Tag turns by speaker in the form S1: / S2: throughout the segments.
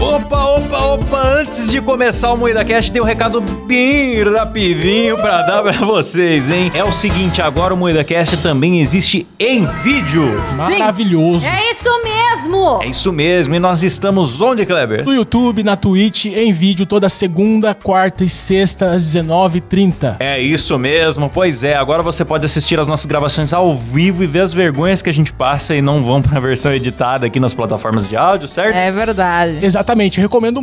S1: Opa, opa, opa! Antes de começar o Moeda Cast, tem um recado bem rapidinho pra dar pra vocês, hein? É o seguinte, agora o Moeda Cast também existe em vídeo.
S2: Maravilhoso.
S3: É isso mesmo!
S1: É isso mesmo, e nós estamos onde, Kleber?
S2: No YouTube, na Twitch, em vídeo, toda segunda, quarta e sexta, às 19h30.
S1: É isso mesmo, pois é. Agora você pode assistir as nossas gravações ao vivo e ver as vergonhas que a gente passa e não vão pra versão editada aqui nas plataformas de áudio, certo?
S4: É verdade.
S2: Exatamente, eu recomendo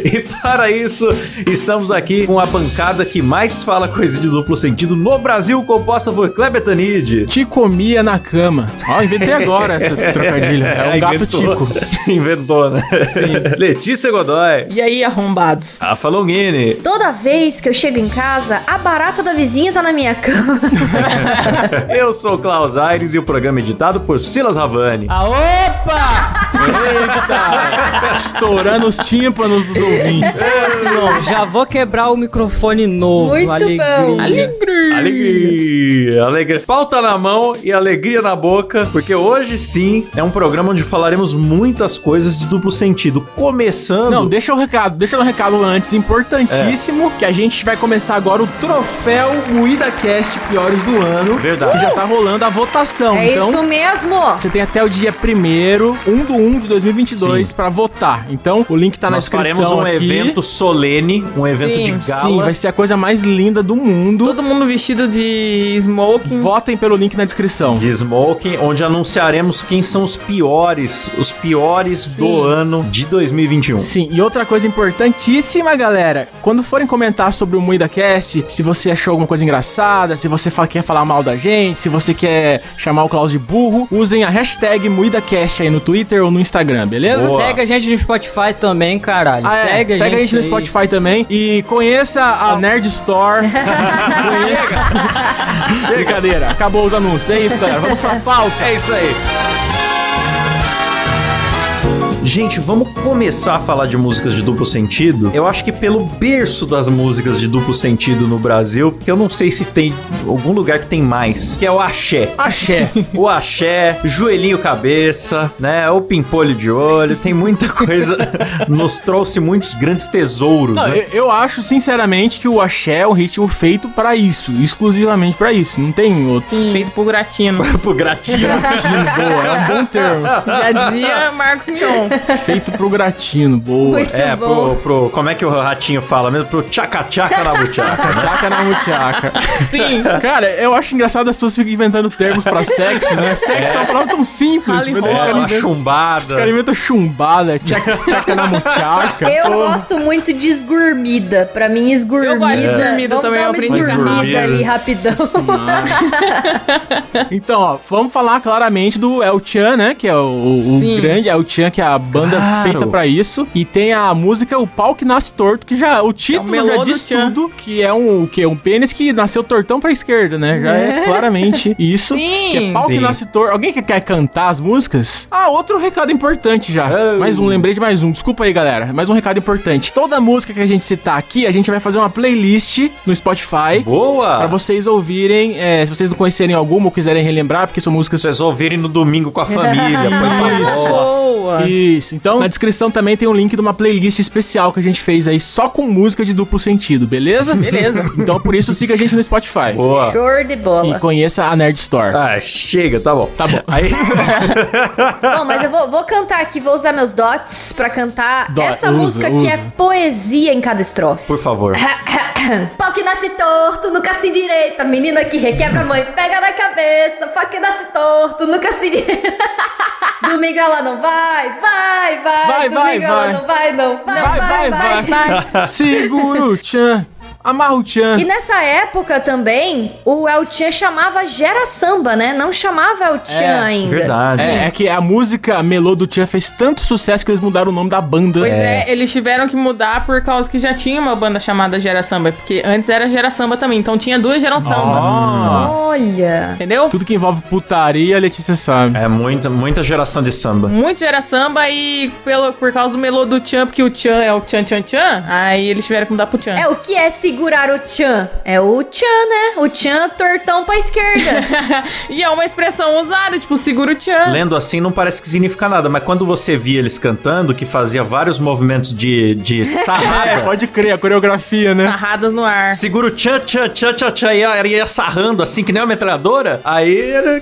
S1: e para isso, estamos aqui com a bancada que mais fala coisa de duplo sentido no Brasil, composta por Kleber Tanid.
S5: Te comia na cama. Ó, Ah, inventei agora essa trocadilha. É um gato
S1: Inventou.
S5: tico.
S1: Inventou, né? Letícia Godoy.
S4: E aí, arrombados?
S1: Rafa Longini.
S3: Toda vez que eu chego em casa, a barata da vizinha tá na minha cama.
S1: Eu sou o Klaus Aires e o programa é editado por Silas Ravani.
S5: Ah, opa! Eita! Estourando os tímpanos dos ouvintes.
S6: Não, já vou quebrar o microfone novo.
S3: Muito bom.
S1: Alegria, alegria. Pauta na mão e alegria na boca, porque hoje sim é um programa onde falaremos muitas coisas de duplo sentido. Começando.
S5: Não, deixa o recado, deixa o recado antes, importantíssimo,
S1: É.
S5: que a gente vai começar agora o troféu Moída Cast Piores do Ano.
S1: Verdade.
S5: Que já tá rolando a votação.
S3: É
S5: então,
S3: isso mesmo!
S5: Você tem até o dia 1 1 do 1 de 2022 pra votar. Então, o link tá na
S1: nós
S5: descrição
S1: faremos um
S5: aqui.
S1: evento solene, um evento
S4: Sim,
S1: de gala.
S5: Sim, vai ser a coisa mais linda do mundo.
S4: Todo mundo vestido de smoking.
S5: Votem pelo link na descrição.
S1: de Smoking, onde anunciaremos quem são os piores, os piores do ano de 2021.
S5: Sim, e outra coisa importantíssima, galera. Quando forem comentar sobre o Moída Cast, se você achou alguma coisa engraçada, se você fala- quer falar mal da gente, se você quer chamar o Klaus de burro, usem a hashtag MoídaCast aí no Twitter ou no Instagram, beleza?
S1: Boa.
S6: Segue a gente no Spotify também, caralho.
S5: Ah, é, segue, a gente no
S6: aí.
S5: Spotify também e conheça a Nerd Store. conheça. Brincadeira, acabou os anúncios. É isso, galera. Vamos pra pauta.
S1: É isso aí. Gente, vamos começar a falar de músicas de duplo sentido? Eu acho que pelo berço das músicas de duplo sentido no Brasil, porque eu não sei se tem algum lugar que tem mais, que é o axé.
S5: Axé.
S1: O axé, joelhinho cabeça, né? O pimpolho de olho, tem muita coisa. nos trouxe muitos grandes tesouros,
S5: Não,
S1: né?
S5: eu, eu acho sinceramente que o axé é um ritmo feito pra isso, exclusivamente pra isso. Não tem outro.
S3: Sim.
S4: Feito por Gratino.
S1: Pro gratino.
S5: Boa, é um bom termo.
S4: Já dizia Marcos Mion.
S5: Feito pro gratino, boa.
S3: Muito
S1: é,
S3: bom.
S1: pro, pro. Como é que o ratinho fala mesmo? Pro tchaca-tchaca na buchaca.
S5: Tchaca na muchaca.
S4: Sim.
S5: Cara, eu acho engraçado as pessoas ficam inventando termos pra sexo, né? Sexo é, uma palavra tão simples.
S4: Rala e
S5: mas
S4: rola.
S5: os
S1: É,
S5: caras
S1: uma
S5: inventam- os
S1: chumbada.
S5: caras inventam chumbada, tchaca, tchaca na muchaca.
S3: Eu
S5: Pô,
S3: gosto muito de esgurmida. Pra mim, esgurmida.
S4: Eu gosto de esgurmida
S3: Vamos
S4: também,
S3: dar uma
S4: eu aprendi.
S3: esgurmida ali
S1: Esgurmida.
S3: rapidão.
S5: Senhora. Então, ó, vamos falar claramente do El Chan, né? Que é o, o
S4: Sim.
S5: grande El Chan, que é a banda
S1: Claro.
S5: feita pra isso. E tem a música O Pau que Nasce Torto, que já o título
S4: É melô
S5: já
S4: do
S5: diz
S4: Chan.
S5: tudo, que é um que é um pênis que nasceu tortão pra esquerda, né? Já é, claramente isso.
S4: Sim.
S5: Que é pau que
S1: Sim.
S5: nasce torto. Alguém que quer cantar as músicas? Ah, outro recado importante já.
S1: Oh.
S5: Mais um, lembrei de mais um. Desculpa aí, galera. Mais um recado importante. Toda música que a gente citar aqui, a gente vai fazer uma playlist no Spotify.
S1: Boa!
S5: Pra vocês ouvirem, é, se vocês não conhecerem alguma ou quiserem relembrar, porque são músicas.
S1: vocês ouvirem no domingo com a família. põe pra
S5: Isso.
S1: fora.
S4: Boa.
S5: E Isso. Então, na descrição também tem um link de uma playlist especial que a gente fez aí só com música de duplo sentido, beleza?
S4: Beleza.
S5: Então, por isso, siga a gente no Spotify.
S1: Boa.
S3: Show de
S5: E
S3: bola.
S5: conheça a Nerd Store.
S1: Ah, chega, tá bom. Tá bom. Aí,
S3: Bom, mas eu vou, vou cantar aqui, vou usar meus dots pra cantar
S2: Dó-
S3: essa
S2: usa,
S3: música que
S2: usa.
S3: é poesia em cada estrofe.
S1: por favor.
S3: É, Pau que nasce torto, nunca se direita. Menina que requebra a mãe, pega na cabeça. Pau que nasce torto, nunca se direita. Domingo ela não vai, vai, vai.
S5: Vai,
S3: Domingo
S5: vai,
S3: ela
S5: vai.
S3: não vai, não vai, vai, vai.
S5: Segura o tchan. Amarra o tchan.
S3: E nessa época também, o El Chan chamava Gera Samba, né? Não chamava El Chan
S5: É,
S3: ainda.
S1: Verdade.
S5: É, é que a música Melô do Tchan fez tanto sucesso que eles mudaram o nome da banda.
S4: Pois é. eles tiveram que mudar por causa que já tinha uma banda chamada Gera Samba, porque antes era Gera Samba também, então tinha duas Gera Samba,
S1: Ah,
S3: Olha.
S4: entendeu?
S5: Tudo que envolve putaria, a Letícia sabe.
S1: é muita, muita geração de samba.
S4: Muito Gera Samba e pelo, por causa do melô do Tchan, porque o Tchan é o Tchan Tchan Tchan, aí eles tiveram que mudar pro Tchan.
S3: É o que é segurar o Chan? É o Chan, né? O Chan tortão pra esquerda.
S4: e é uma expressão usada, tipo, segura o Tchan.
S1: Lendo assim não parece que significa nada, mas quando você via eles cantando, que fazia vários movimentos de, de
S5: É,
S1: sarrada,
S5: pode crer, a coreografia, né?
S4: Sarradas no ar.
S1: segura o tchan, tchan, tchan, tchan, tchan, e ia, ia sarrando assim, que nem uma metralhadora, aí era...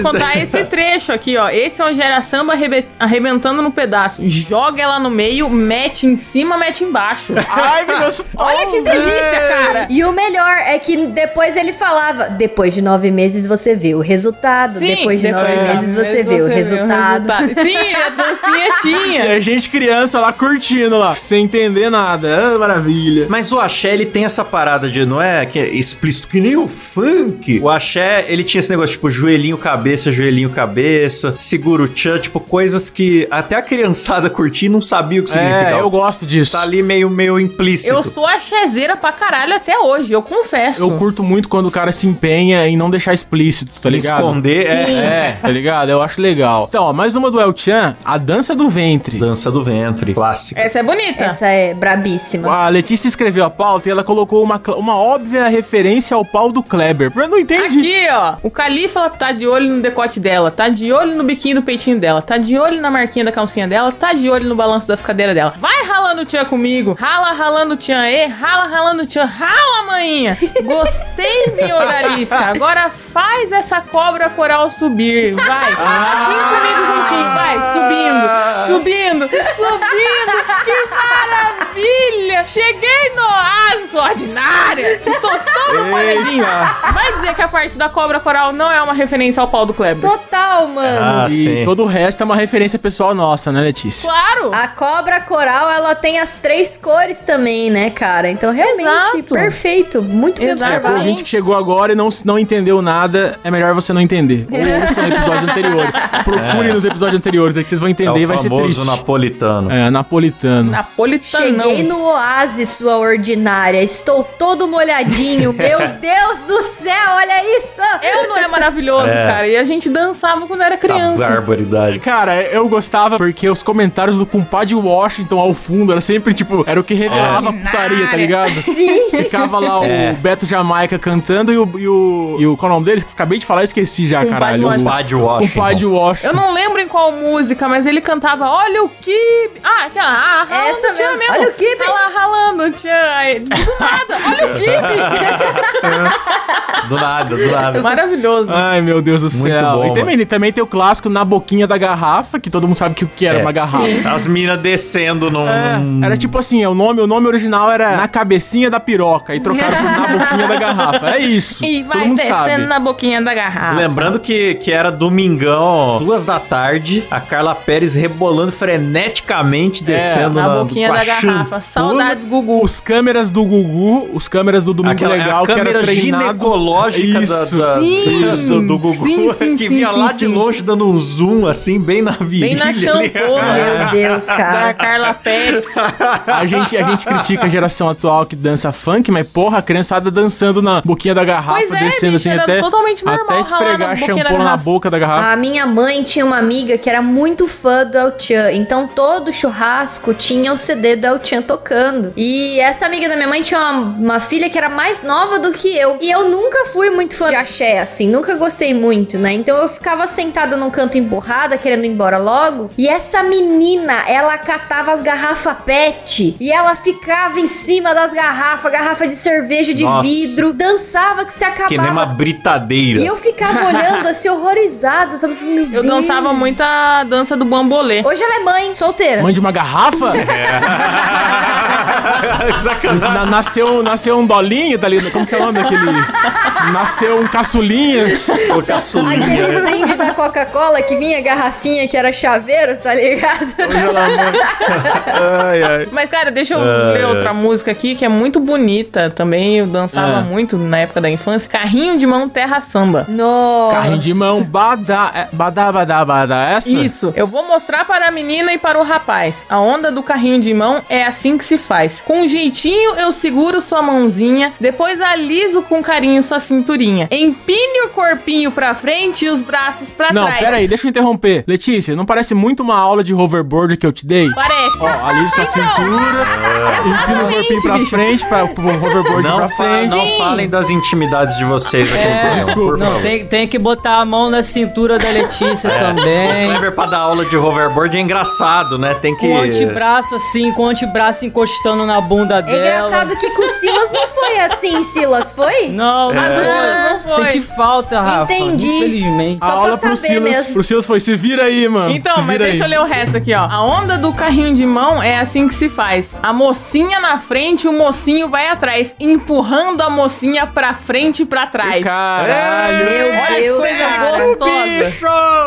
S4: contar esse trecho aqui, ó. Esse é o Gera Samba arrebe- arrebentando no pedaço. Joga ela no meio, mete em cima, mete embaixo.
S5: Ai, meu Deus.
S4: Olha que delícia, cara!
S3: e o melhor é que depois ele falava: depois de nove meses você vê o resultado. depois de nove meses você vê o resultado.
S4: Sim, a dancinha
S5: E
S4: tinha.
S5: a gente criança lá curtindo lá, sem entender nada. Ah, maravilha.
S1: Mas o axé, ele tem essa parada de, não é, que é explícito, que nem o funk. O axé, ele tinha esse negócio, tipo, joelhinho, cabeça, joelhinho, cabeça, segura o tchan, tipo, coisas que até a criançada curtir não sabia o que significava.
S5: É, eu gosto disso.
S1: Tá ali meio, meio implícito. Tá
S4: Eu sou a chezeira pra caralho até hoje, eu confesso.
S5: Eu curto muito quando o cara se empenha em não deixar explícito, tá ligado?
S1: Esconder é,
S5: É, tá ligado? Eu acho legal. Então, ó, mais uma do El Chan, a dança do ventre.
S1: dança do ventre, clássico.
S4: Essa é bonita.
S3: Essa é brabíssima.
S5: A Letícia escreveu a pauta e ela colocou uma, cl- uma óbvia referência ao pau do Kleber. Eu não entendi.
S4: Aqui, ó. O Califa tá de olho no decote dela, tá de olho no biquinho do peitinho dela, tá de olho na marquinha da calcinha dela, tá de olho no balanço das cadeiras dela. Vai ralando o tchan comigo. Rala, ralando o tchan, e rala, ralando o tchan. Rala, maninha. Gostei, minha orarisca. Agora faz essa cobra coral subir. Vai. Assim comigo juntinho. Vai, subindo, subindo, subindo. Que maravilha. Cheguei no aço ordinária. Estou todo molhadinho. Vai dizer que a parte da cobra coral não é uma referência ao pau do Kleber?
S3: Total, mano.
S1: Ah,
S5: e
S1: sim.
S5: todo o resto é uma referência pessoal nossa, né, Letícia?
S4: Claro!
S3: A cobra coral, ela tem as três cores também, né, cara? Então, realmente,
S4: Exato.
S3: perfeito. Muito bem
S4: Exato.
S5: É, pro
S3: observado.
S5: ouvinte que chegou agora e não, não entendeu nada, é melhor você não entender. Ou ouça no episódio anterior. Procure nos episódios anteriores, aí que vocês vão
S1: É
S5: entender e
S1: o
S5: vai ser
S1: famoso
S5: triste.
S1: napolitano.
S5: É, napolitano.
S4: Napolitano.
S3: Cheguei no oásis, sua ordinária. Estou todo molhadinho. Meu Deus do céu, olha isso!
S4: Eu não é maravilhoso,
S1: É.
S4: cara. E a gente dançava quando era
S1: A
S4: criança.
S1: barbaridade.
S5: Cara, eu gostava porque os comentários do compadre Washington ao fundo era sempre tipo, era o que revelava a putaria, tá ligado? Sim. Ficava lá
S1: É.
S5: o Beto Jamaica cantando e o, e o. e o- Qual é o nome dele? Acabei de falar, esqueci já,
S4: Compadre
S5: caralho. O-
S4: Washington.
S1: Compadre Um Washington.
S5: Compadre Um Washington.
S4: Eu não lembro em qual música, mas ele cantava Olha o que. Ah, aquela. Ah, ralando
S3: Essa
S4: o tchan
S3: mesmo. Olha o quibe.
S4: Tá lá ralando o tchan. Aí, Do nada, olha o kibe.
S1: Do nada, do nada.
S4: Maravilhoso.
S5: Ai, meu Deus do
S1: Muito
S5: céu.
S1: bom,
S5: e também, também tem o clássico na boquinha da garrafa, que todo mundo sabe que o que era
S1: É.
S5: uma garrafa.
S1: As minas descendo num...
S5: É, era tipo assim, é, o nome, o nome original era Na Cabecinha da Piroca e trocaram por Na Boquinha da Garrafa. É isso.
S4: E vai
S5: todo mundo
S4: descendo
S5: sabe.
S4: na boquinha da garrafa.
S1: Lembrando que, que era domingão, duas da tarde, a Carla Pérez rebolando freneticamente, descendo
S4: É, Na boquinha
S1: com a
S4: da
S1: shampoo.
S4: garrafa. Saudades, Gugu.
S5: Os câmeras do Gugu, os câmeras do Domingo
S1: Aquela legal,
S5: Legal,
S1: a
S5: que era
S1: câmera
S5: treinado.
S1: ginecológica
S5: Isso.
S1: da, da-
S4: Sim.
S1: isso, do Gugu,
S4: Sim, sim,
S1: que
S4: sim,
S1: vinha
S4: sim,
S1: lá
S4: sim.
S1: de longe dando um zoom, assim, bem na
S4: Bem
S1: virilha.
S4: na
S5: é
S1: ali.
S4: champola
S3: Meu Deus,
S4: da
S3: cara.
S4: Carla Pérez.
S5: A gente, a gente critica a geração atual que dança funk, mas porra, a criançada dançando na boquinha da garrafa,
S4: Pois é,
S5: descendo
S4: bicho,
S5: assim
S4: era
S5: até,
S4: totalmente normal
S5: até
S4: ralar
S5: esfregar
S4: na
S5: a
S4: boquinha da
S5: shampoo na
S4: garrafa. Ah,
S5: boca da garrafa.
S3: A minha mãe tinha uma amiga que era muito fã do El Chan, então todo churrasco tinha o CD do El Chan tocando. E essa amiga da minha mãe tinha uma, uma filha que era mais nova do que eu. E eu nunca fui muito fã de axé, assim, nunca nunca gostei muito, né? Então eu ficava sentada num canto emburrada, querendo ir embora logo. E essa menina, ela catava as garrafas pet. E ela ficava em cima das garrafas, garrafa de cerveja de
S1: Nossa.
S3: vidro. Dançava que se acabava.
S1: Que nem uma britadeira.
S3: E eu ficava olhando assim, horrorizada, sabe? Eu, falei, meu
S4: Eu dançava
S3: Deus.
S4: muito a dança do bambolê.
S3: Hoje ela é mãe, solteira.
S5: Mande uma garrafa?
S1: É Sacanagem.
S5: Na- nasceu, nasceu um dolinho, tá ligado? Como que é o nome daquele? Nasceu um caçulinhas.
S1: Pô, caçulinha.
S3: Aquele brinde um da Coca-Cola que vinha a garrafinha que era chaveiro, tá ligado?
S1: Ai, ai.
S4: Mas, cara, deixa eu
S1: É.
S4: ler outra música aqui que é muito bonita também. Eu dançava
S5: É.
S4: muito na época da infância. Carrinho de mão terra samba.
S3: Nossa. É
S5: Carrinho de mão, badá, é, badá, badá, badá. é Essa?
S4: Isso. Eu vou mostrar para a menina e para o rapaz. A onda do carrinho de mão é assim que se faz. Com um jeitinho, eu seguro sua mãozinha, depois aliso com carinho sua cinturinha. Empine o corpinho pra frente e os braços pra
S5: Não,
S4: trás.
S5: pera aí, deixa eu interromper. Letícia, não parece muito uma aula de hoverboard que eu te dei?
S4: Parece.
S5: Ó, ali sua
S4: então.
S5: cintura,
S4: É.
S5: empina o corpinho pra
S4: bicho.
S5: frente, pra, pro hoverboard pra
S1: Não, fa
S5: frente.
S1: não falem das intimidades de vocês aqui no
S6: É,
S1: programa, por
S6: Não,
S1: favor. É.
S6: tem, tem que botar a mão na cintura da Letícia
S1: O
S6: também.
S1: Kleber pra dar aula de hoverboard é engraçado, né? Tem que.
S6: Com o antebraço assim, com o antebraço encostando na bunda
S3: É
S6: dela.
S3: engraçado que com o Silas não foi assim, Silas, foi?
S6: Não,
S1: É.
S6: não
S4: Não
S6: foi.
S4: foi.
S6: Senti falta, Rafa.
S3: Entendi.
S6: Infelizmente.
S3: só
S5: A
S3: pra
S5: aula pro
S3: saber
S5: Silas.
S3: mesmo.
S5: Pro Silas foi, se vira aí, mano. se
S4: Então, mas
S5: vira
S4: deixa eu
S5: aí.
S4: ler o resto aqui, ó. A onda do carrinho de mão é assim que se faz. A mocinha na frente, o mocinho vai atrás, empurrando a mocinha pra frente e pra trás.
S1: É.
S5: Caralho.
S3: Meu Deus, cara.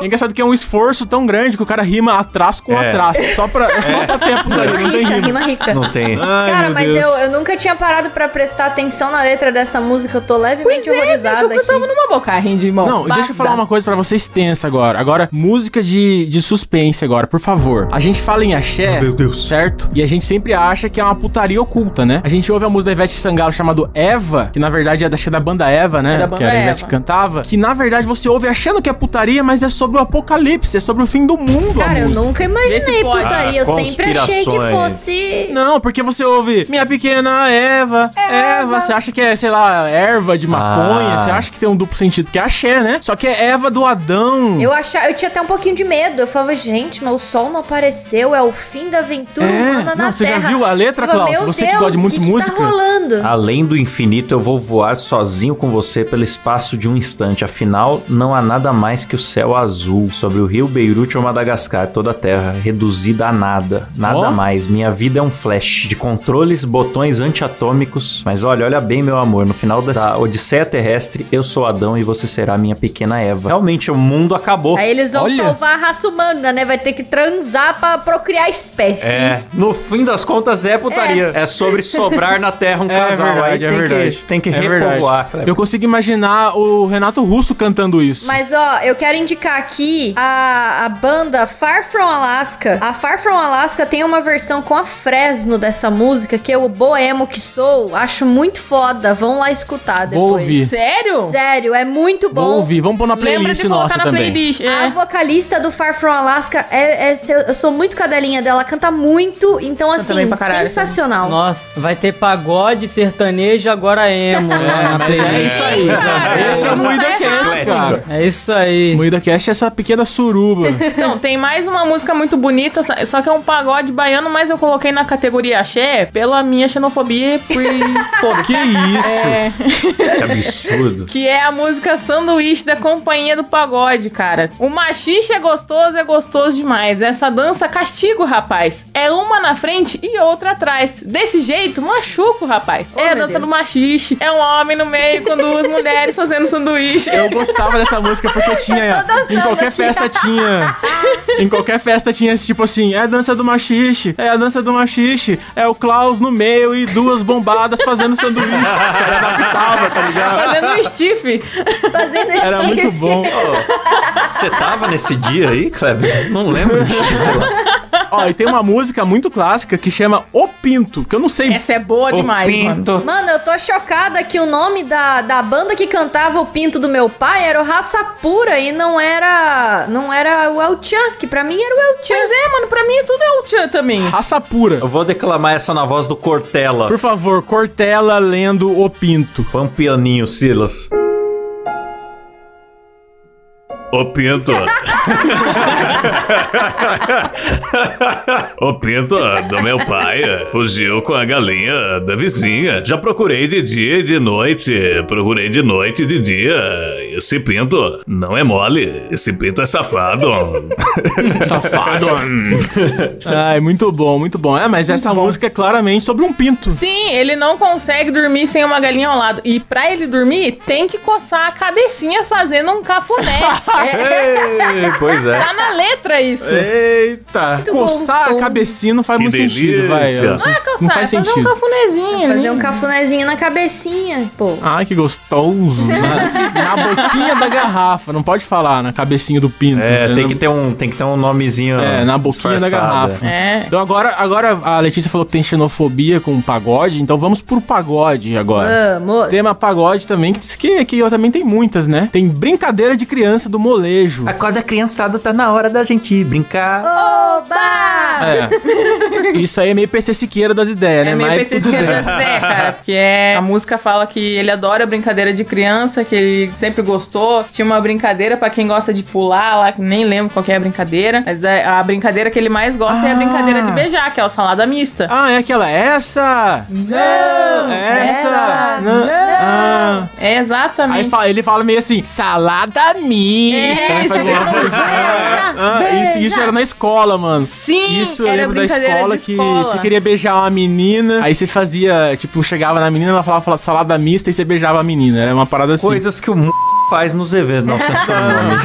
S5: É engraçado que é um esforço tão grande que o cara rima atrás com
S1: É.
S5: atrás. Só pra, é só pra tempo, cara. Não
S3: Rima
S5: tem
S3: rica,
S5: rima.
S3: rima rica.
S1: Não tem.
S5: Ai,
S3: Cara,
S5: meu
S3: mas
S5: Deus.
S3: eu, eu nunca tinha parado pra prestar atenção na letra dessa música. Eu tô levemente horrorizada
S4: Achou que é, eu
S3: aqui.
S4: tava numa boca, carrinho de mão.
S5: Não, e deixa eu falar
S4: Bada.
S5: uma coisa pra vocês tensa agora. Agora, música de, de suspense agora, por favor. A gente fala em axé, meu Deus. certo? E a gente sempre acha que é uma putaria oculta, né? A gente ouve a música da Ivete Sangalo chamado Eva, que na verdade é da, acho que é da banda Eva, né?
S4: É da banda
S5: que a Ivete
S4: Eva.
S5: cantava. Que na verdade você ouve achando que é putaria, mas é sobre o apocalipse, é sobre o fim do mundo. a
S3: Cara, eu
S5: música.
S3: nunca
S4: Desse
S3: imaginei
S4: pode.
S3: putaria. Eu
S1: Ah,
S3: sempre achei que
S1: conspirações.
S3: fosse.
S5: Não, porque você ouve Minha pequena Eva, Eva, Você acha que é, sei lá, erva de maconha
S1: Ah.
S5: Você acha que tem um duplo sentido que é axé, né? Só que é Eva do Adão
S3: Eu, achava, eu tinha até um pouquinho de medo. Eu falava, gente, mas o sol não apareceu. É o fim da aventura humana na
S5: não, você
S3: Terra.
S5: já viu a letra,
S3: Eu falava,
S5: Klaus?
S3: "Meu
S5: Você que
S3: Deus,
S5: gosta de
S3: o
S5: muito música. Ah,
S3: Que tá rolando?
S1: Além do infinito, eu vou voar sozinho com você pelo espaço de um instante. Afinal, não há nada mais que o céu azul sobre o rio Beirute ou Madagascar, toda a terra reduzida a nada. Nada
S5: Ó.
S1: mais. Minha vida é um flash de controles, botões antiatômicos. Mas olha, olha bem, meu amor. No final
S5: Tá.
S1: da Odisseia Terrestre, eu sou Adão e você será minha pequena Eva. Realmente, o mundo acabou.
S3: Aí eles vão
S5: Olha.
S3: salvar a raça humana, né? Vai ter que transar pra procriar a espécie.
S1: É, no fim das contas é putaria. É, sobre sobrar na terra um
S5: É
S1: casal. Aí
S5: verdade, é
S1: tem
S5: verdade.
S1: que, tem que
S5: É verdade.
S1: repovoar.
S5: Eu consigo imaginar o Renato Russo cantando isso.
S3: Mas ó, eu quero indicar aqui a, a banda Far From Alaska. A Far From Alaska tem uma versão com a Fresno dessa música que eu, boemo que sou, acho muito foda. Vão lá escutar depois.
S5: Vou ouvir.
S4: Sério?
S3: Sério, é muito bom.
S5: Vou ouvir, vamos pôr na
S4: Lembra
S5: playlist
S4: de colocar
S5: nossa
S4: na
S5: também.
S4: playlist. É.
S3: A vocalista do Far From Alaska, é, é- eu sou muito cadelinha dela, canta muito, então
S4: bem
S3: assim,
S4: pra caralho,
S3: sensacional.
S6: Nossa, vai ter pagode, sertanejo, agora emo. né, na
S5: Mas é
S6: playlist.
S5: isso aí.
S4: Cara,
S5: Esse é o
S4: tá
S5: Moída
S4: errado.
S5: Cast, cara.
S6: É isso aí.
S5: Moída Cast é essa pequena suruba.
S4: Então, tem mais uma música muito bonita, só- só que é um pagode baiano, mas eu coloquei na categoria axé pela minha xenofobia e por foda
S5: que isso?
S1: Que absurdo.
S4: Que é a música Sanduíche da Companhia do Pagode, cara. O machixe é gostoso, é gostoso demais. Essa dança castigo, rapaz. É uma na frente e outra atrás. Desse jeito, machuco, rapaz. é a
S3: Oh, meu
S4: dança
S3: Deus.
S4: do machixe. É um homem no meio com duas mulheres fazendo sanduíche.
S5: Eu gostava dessa música porque tinha. Em qualquer festa tinha. Em qualquer festa tinha esse tipo assim: é a dança do machixe, é a dança do machixe, é o Klaus no meio e duas bombadas fazendo sanduíche. Os caras adaptavam, tá ligado?
S4: Fazendo um stiff.
S3: Fazendo tipo
S5: Era
S3: sticker.
S5: muito bom.
S1: Você tava nesse dia aí, Kleber? Não lembro disso.
S5: Ó, e tem uma música muito clássica que chama O Pinto, que eu não sei.
S4: Essa é boa demais, mano.
S3: Mano, eu tô chocada que o nome da, da banda que cantava o pinto do meu pai era o Raça Pura e não era. Não era o El Chan, que pra mim era o El Chan.
S4: Pois é, mano, pra mim tudo é o tchan também.
S5: Raça pura.
S1: Eu vou declamar essa na voz do Cortella.
S5: Por favor, Cortella lendo O Pinto.
S1: Põe um pianinho, Silas.
S7: Ô Pinto. o Pinto do meu pai fugiu com a galinha da vizinha. Já procurei de dia e de noite. Procurei de noite e de dia. Esse Pinto não é mole. Esse Pinto é safado.
S5: Safado. Ai, muito bom, muito bom. É, mas essa música é claramente sobre um pinto.
S4: Sim, ele não consegue dormir sem uma galinha ao lado. E pra ele dormir, tem que coçar a cabecinha fazendo um cafuné. É,
S1: Ei, pois é.
S4: tá na letra isso.
S5: É. Eita. Coçar
S4: gostoso.
S5: a cabecinha não faz
S7: Que
S5: muito sentido, vai.
S7: delícia.
S4: Não é calçar,
S5: Não faz
S4: é fazer
S5: sentido.
S4: um cafunézinho.
S3: Fazer
S4: né?
S3: um cafunézinho na cabecinha, pô.
S5: Ai, que gostoso. Na, na boquinha da garrafa. Não pode falar na cabecinha do pinto.
S1: É,
S5: né?
S1: tem que ter um, tem que ter um nomezinho.
S5: É, na boquinha da
S1: disfarçado.
S5: garrafa.
S4: É.
S5: Então agora, agora a Letícia falou que tem xenofobia com o pagode, então vamos pro pagode agora.
S3: Vamos.
S5: Tema pagode também, que diz que, que eu também tem muitas, né? Tem brincadeira de criança do molejo.
S1: Acorda criançada, tá na hora da gente brincar.
S3: Oba!
S5: É. Isso aí é meio PC Siqueira das ideias, né?
S4: Ah. É meio
S5: Mas
S4: PC
S5: tudo bem.
S4: esquerda Zé, cara. Porque é, a música fala que ele adora brincadeira de criança, que ele sempre gostou. Tinha uma brincadeira pra quem gosta de pular lá, que nem lembro qual que é a brincadeira. Mas é a, a brincadeira que ele mais gosta é a
S5: Ah.
S4: brincadeira de beijar, que é o salada mista.
S5: Ah, é aquela. Essa! Não! Essa!
S3: essa,
S5: Não! Ah.
S4: É
S5: Aí
S4: exatamente.
S5: fala- ele fala meio assim, salada mista.
S4: É,
S5: Aí faz
S4: isso
S5: uma
S4: mesmo.
S5: coisa.
S4: Beija,
S5: Ah, isso, isso era na escola, mano.
S4: Sim,
S5: Isso eu
S4: era
S5: lembro da
S4: brincadeira
S5: escola,
S4: de
S5: que
S4: escola.
S5: você queria beijar uma menina, aí você fazia, tipo, chegava na menina, ela falava, falava salada mista e você beijava a menina. Era uma parada assim.
S1: Coisas que o m faz nos eventos. Não, censura o nome.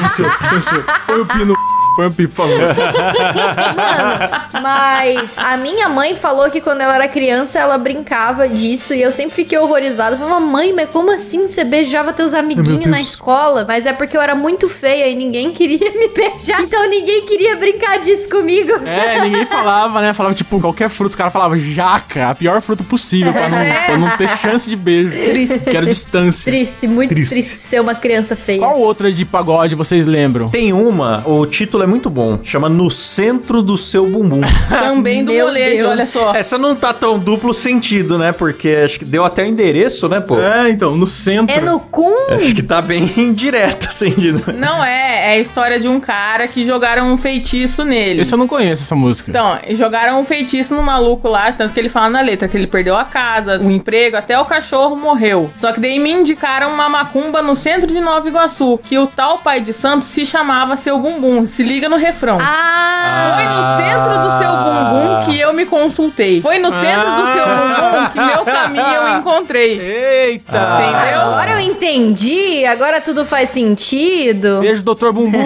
S5: Põe o pino, põe o pi, por favor.
S3: Mano, mas a minha mãe falou que quando ela era criança ela brincava disso e eu sempre fiquei horrorizada. Falei, mãe, mas como assim você beijava teus amiguinhos na escola? Mas é porque eu era muito feia e ninguém queria me beijar, então ninguém queria brincar disso comigo.
S5: É, ninguém falava, né? Falava, tipo, qualquer fruta. Os caras falavam jaca, a pior fruta possível, pra não, pra não ter chance de beijo. Triste. Que era distância.
S3: Triste, muito triste.
S7: Triste.
S3: ser uma criança feia.
S5: Qual outra de pagode vocês lembram?
S1: Tem uma, o título é muito bom, chama No Centro do Seu Bumbum.
S4: Também do
S3: Meu
S4: molejo,
S3: Deus.
S4: olha só.
S1: Essa não tá tão duplo sentido, né? Porque acho que deu até o endereço, né, pô?
S5: É, então, no centro.
S3: É no cum?
S1: Acho que tá bem indireta, sentido.
S4: Não é, é a história de um cara que jogaram um feitiço nele.
S5: É. Esse eu não conheço, essa música.
S4: Então, jogaram um feitiço no maluco lá, tanto que ele fala na letra que ele perdeu a casa, o emprego, até o cachorro morreu. Só que daí me indicaram uma macumba no centro de Nova Iguaçu, que o tal pai de santo se chamava Seu Bumbum. Se liga no refrão.
S3: Ah,
S4: Foi no centro do seu bumbum que eu me consultei. Foi no centro do seu bumbum que meu caminho eu encontrei.
S5: Eita!
S4: Entendeu?
S3: Ah, agora eu entendi, agora tudo faz sentido.
S5: Beijo, doutor Bumbum.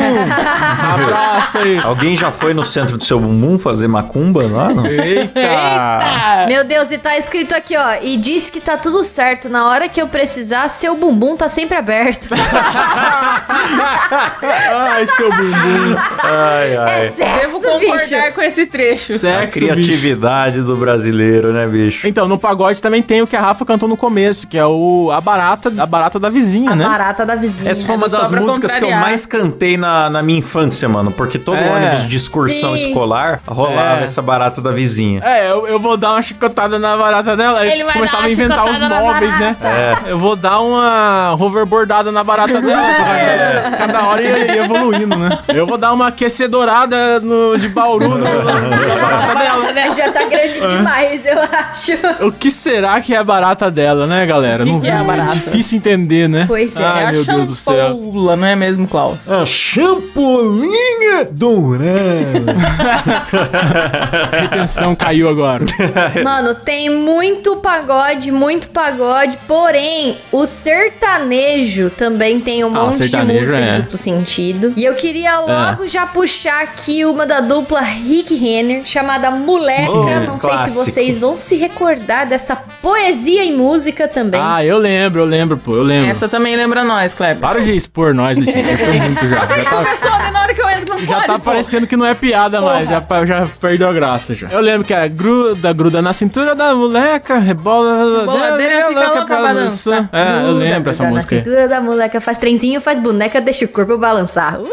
S5: Abraço aí.
S1: Alguém já foi no centro do seu bumbum fazer macumba lá? Não?
S5: Ah. Eita!
S3: Meu Deus, e tá escrito aqui, ó. E diz que tá tudo certo. Na hora que eu precisar, seu bumbum tá sempre aberto.
S5: Ai, seu bumbum.
S1: Ai, ai.
S3: É sexo,
S4: Devo concordar
S3: bicho.
S4: com esse trecho.
S1: A
S5: Sexo, É, bicho.
S1: criatividade do brasileiro, né, bicho?
S5: Então, no pagode também tem o que a Rafa cantou no começo, que é o a barata, a barata da vizinha,
S3: A
S5: né?
S3: barata da vizinha.
S1: Essa foi
S4: É
S1: uma
S4: do
S1: das
S4: Só Pra
S1: músicas que eu
S4: Contrariar.
S1: mais cantei na, na minha infância, mano. Porque todo
S5: É.
S1: ônibus de excursão
S3: Sim.
S1: escolar rolava
S5: É.
S1: essa barata da vizinha.
S5: É, eu, eu vou dar uma chicotada na barata dela.
S4: Ele
S5: Eu
S4: vai
S5: começava a
S4: dar uma
S5: inventar os
S4: chicotada na
S5: móveis, né? Eu vou dar uma hoverboardada na barata dela.
S4: É.
S5: Cada- Cada hora ia, ia evoluindo, né? Eu vou dar uma aquecedorada no, de Bauru no- na barata dela.
S3: Já tá grande demais, eu acho.
S5: O que será que é a barata dela, né, galera?
S4: que é a barata?
S5: Difícil entender, né?
S3: Pois é.
S5: Ai,
S4: é a
S5: meu Deus do céu.
S4: champoula, não é mesmo, Klaus?
S1: A champolinha dourada.
S5: A retenção caiu agora.
S3: Mano, tem muito pagode, muito pagode. Porém, o sertanejo também tem um
S5: Ah, o
S3: monte de
S5: sertanejo
S3: música
S5: é.
S3: de duplo sentido. E eu queria logo já puxar aqui uma da dupla Rick Renner, chamada Moleca.
S1: Oh,
S5: Hum,
S3: Não sei se
S1: clássico.
S3: vocês vão se recordar dessa poesia em música também.
S5: ah, eu lembro, eu lembro, pô, eu lembro.
S4: Essa também lembra nós, Kleber.
S5: Para de expor nós, Letícia. Foi muito já. Já tá,
S4: Começou, né? Na hora que eu entro no
S5: já tá parecendo que não é piada mais. Já, pa- já perdeu a graça já. Eu lembro que é gruda, gruda na cintura da moleca, rebola.
S4: Boladeira
S5: é
S4: fica louca pra dançar.
S5: É, eu
S4: Gruda,
S5: lembro essa
S3: Dá na
S5: música aí.
S3: cintura da moleca, faz trenzinho, faz boneca, deixa o corpo balançar. Uh!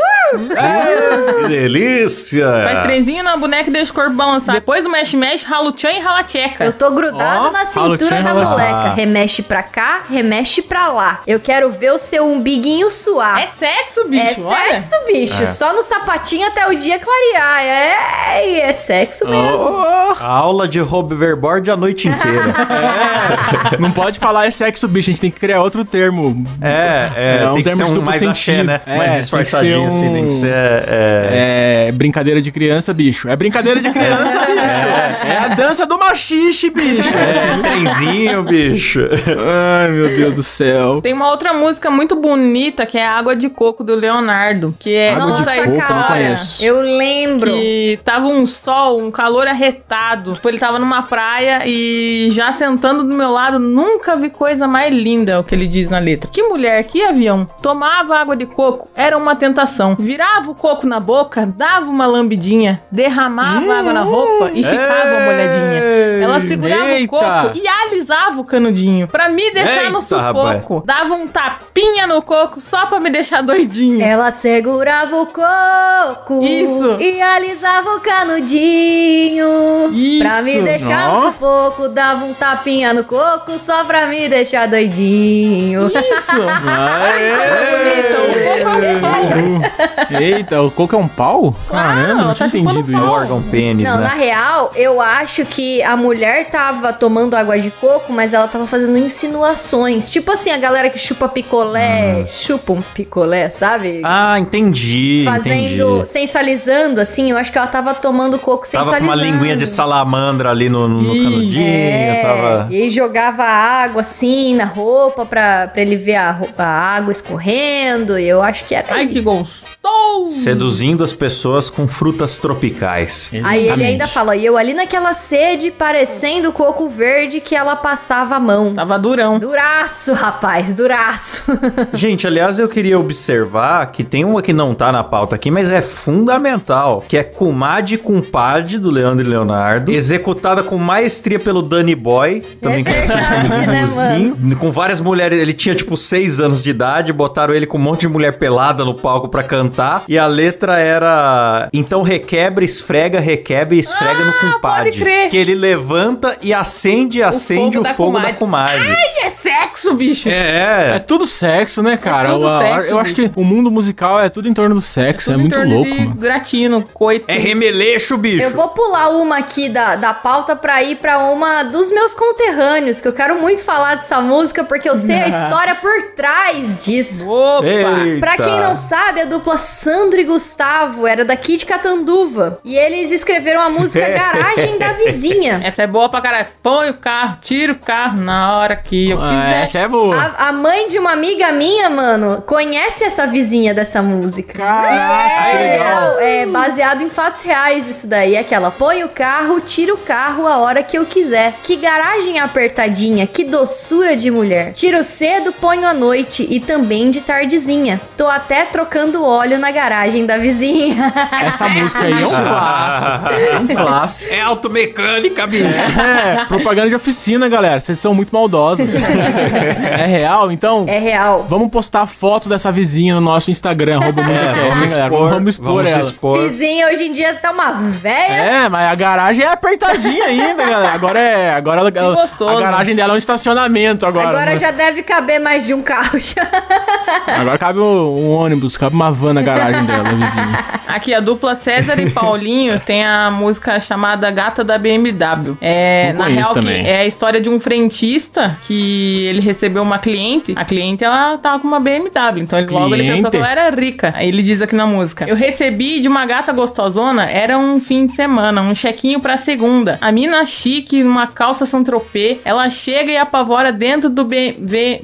S1: É.
S7: Que delícia!
S4: Faz trenzinho na boneca e deixa o corpo balançar. Depois o mexe-mexe, rala o tchan e rala a
S3: Eu
S4: tcheca.
S3: tô grudado
S5: Ó,
S3: na
S5: fala o que
S3: cintura
S5: você
S3: da
S5: vai
S1: falar.
S3: moleca. Remexe pra cá, remexe pra lá. Eu quero ver o seu umbiguinho suar.
S4: É sexo,
S3: É
S4: bicho, olha.
S3: sexo, bicho.
S5: É.
S3: Só no sapatinho até o dia clarear. É, é sexo mesmo.
S1: A aula de hoverboard a noite inteira.
S5: Não pode falar é sexo, bicho. A gente tem que criar outro termo.
S1: é, é,
S5: É um
S1: tem que
S5: termo
S1: ser
S5: de
S1: um
S5: duplo
S1: mais axé,
S5: sentido.
S1: né?
S5: É, tem
S1: mais
S5: que
S1: disfarçadinho,
S5: ser
S1: assim, tem que
S5: um-
S1: ser... é,
S5: É brincadeira de criança, bicho. É brincadeira de criança, bicho. É a dança do machixe, bicho.
S1: é, um trenzinho, bicho.
S5: Ai, meu Deus do céu.
S4: Tem uma outra música muito bonita que é Água de Coco do Leonardo, que é
S5: Água de
S4: conta a
S5: Coco, não
S4: história
S5: conheço.
S3: Eu lembro.
S4: Que tava um sol, um calor arretado. Tipo, ele tava numa praia e já sentando do meu lado, nunca vi coisa mais linda, é o que ele diz na letra. Que mulher, que avião. Tomava água de coco, era uma tentação. Virava o coco na boca, dava uma lambidinha, derramava água na roupa e ficava molhadinha. Ela segurava
S5: eita.
S4: o coco e alisava o canudinho. Pra me deixar
S1: Eita,
S4: no sufoco. Dava um tapinha no coco só pra me deixar doidinho.
S3: Ela segurava o coco
S4: Isso.
S3: e alisava o canudinho.
S4: Isso.
S3: Pra me deixar
S5: Ó.
S3: no sufoco, dava um tapinha no coco só pra me deixar doidinho. Então,
S4: Isso!
S1: É.
S5: Aê! Eita, o coco é um pau? Caramba, não
S4: ela
S5: tinha
S4: tá chupando
S5: entendido
S1: É um
S5: isso.
S4: pau.
S1: órgão pênis,
S3: Não,
S1: né?
S3: na real, eu acho que a mulher tava tomando água de coco, mas ela tava fazendo insinuações. Tipo assim, a galera que chupa picolé, chupa um picolé, sabe?
S1: Ah, entendi,
S3: Fazendo,
S1: entendi.
S3: sensualizando, assim, eu acho que ela tava tomando coco
S1: Tava com
S3: sensualizando.
S1: uma linguinha de salamandra ali no, no- no
S4: Ih,
S1: canudinho,
S3: É,
S1: tava...
S3: E aí jogava água assim na roupa pra, pra ele ver a, ro- a água escorrendo. E eu acho que era.
S4: Ai, que
S3: isso.
S4: gostoso!
S1: Seduzindo as pessoas com frutas tropicais.
S3: Aí ele ainda
S5: Exatamente.
S3: fala, e eu ali naquela sede, parecendo o coco verde que ela passava a mão.
S4: Tava durão.
S3: Duraço, rapaz, duraço.
S1: Gente, aliás, eu queria observar que tem uma que não tá na pauta aqui, mas é fundamental, que é Kumad Kumpadre, do Leandro e Leonardo, executada com maestria pelo Danny Boy, também conhecido
S3: verdade,
S1: como
S3: né,
S1: Guguzinho, com várias mulheres, ele tinha tipo seis anos de idade, botaram ele com um monte de mulher pelada no palco pra cantar, e a letra era, então requebra, esfrega, requebra e esfrega no compadre.
S4: pode crer.
S1: Que ele levanta e acende, acende o
S4: fogo da
S1: fogo da comadre.
S4: E é sexo, bicho!
S1: É,
S5: É tudo sexo, né, cara?
S4: tudo
S5: O- a-
S4: sexo,
S5: eu acho que o mundo musical é tudo em torno do sexo. É,
S4: Tudo em
S5: muito
S4: torno
S5: louco,
S4: de
S5: mano.
S4: gratino, coito.
S1: é remeleixo, bicho.
S3: Eu vou pular uma aqui da, da pauta pra ir pra uma dos meus conterrâneos, que eu quero muito falar dessa música, porque eu sei a história por trás disso.
S4: Opa!
S3: Pra quem não sabe, a dupla Sandro e Gustavo era daqui de Catanduva. E eles escreveram a música Garagem da Vizinha.
S4: Essa é boa pra caralho. Põe o carro, tira o carro na hora que eu
S5: Ah,
S4: quiser.
S5: essa é boa.
S3: A, a mãe de uma amiga minha, mano, conhece essa vizinha dessa música.
S5: Caraca, que
S3: É,
S5: legal.
S3: real, é baseado em fatos reais isso daí. É Aquela, põe o carro, tira o carro a hora que eu quiser. Que garagem apertadinha, que doçura de mulher. Tiro cedo, ponho à noite e também de tardezinha. Tô até trocando óleo na garagem da vizinha.
S5: Essa música aí é um clássico. É um clássico.
S1: É automecânica, bicho.
S5: É, propaganda de oficina, galera. Vocês são muito maldosos. é real, então?
S3: É real.
S5: Vamos postar a foto dessa vizinha no nosso
S4: É,
S5: Instagram, arroba Mundocast, hein, galera? Vamos, vamos expor
S1: vamos
S5: ela.
S1: se expor.
S3: Vizinha hoje em dia tá uma véia.
S5: É, mas a garagem é apertadinha ainda, galera. Agora é. Agora ela- ela-
S4: gostoso.
S5: a garagem dela é um estacionamento agora.
S3: Agora
S5: né? Então.
S3: já deve caber mais de um carro já.
S5: Agora cabe um, um ônibus, cabe uma van na garagem dela, vizinha.
S4: Aqui, a dupla César e Paulinho tem a música chamada Gata da BMW. É,
S5: Não
S4: na
S5: conheço
S4: real, que
S5: também.
S4: é a história de um frentista que ele recebeu uma cliente. A cliente, ela tava com uma BMW, então ele, logo ele
S5: Cliente?
S4: pensou que ela era rica. Aí ele diz aqui na música: Eu recebi de uma gata gostosona, era um fim de semana, um chequinho pra segunda. A mina chique, numa calça são tropê, ela chega e apavora dentro do BMW.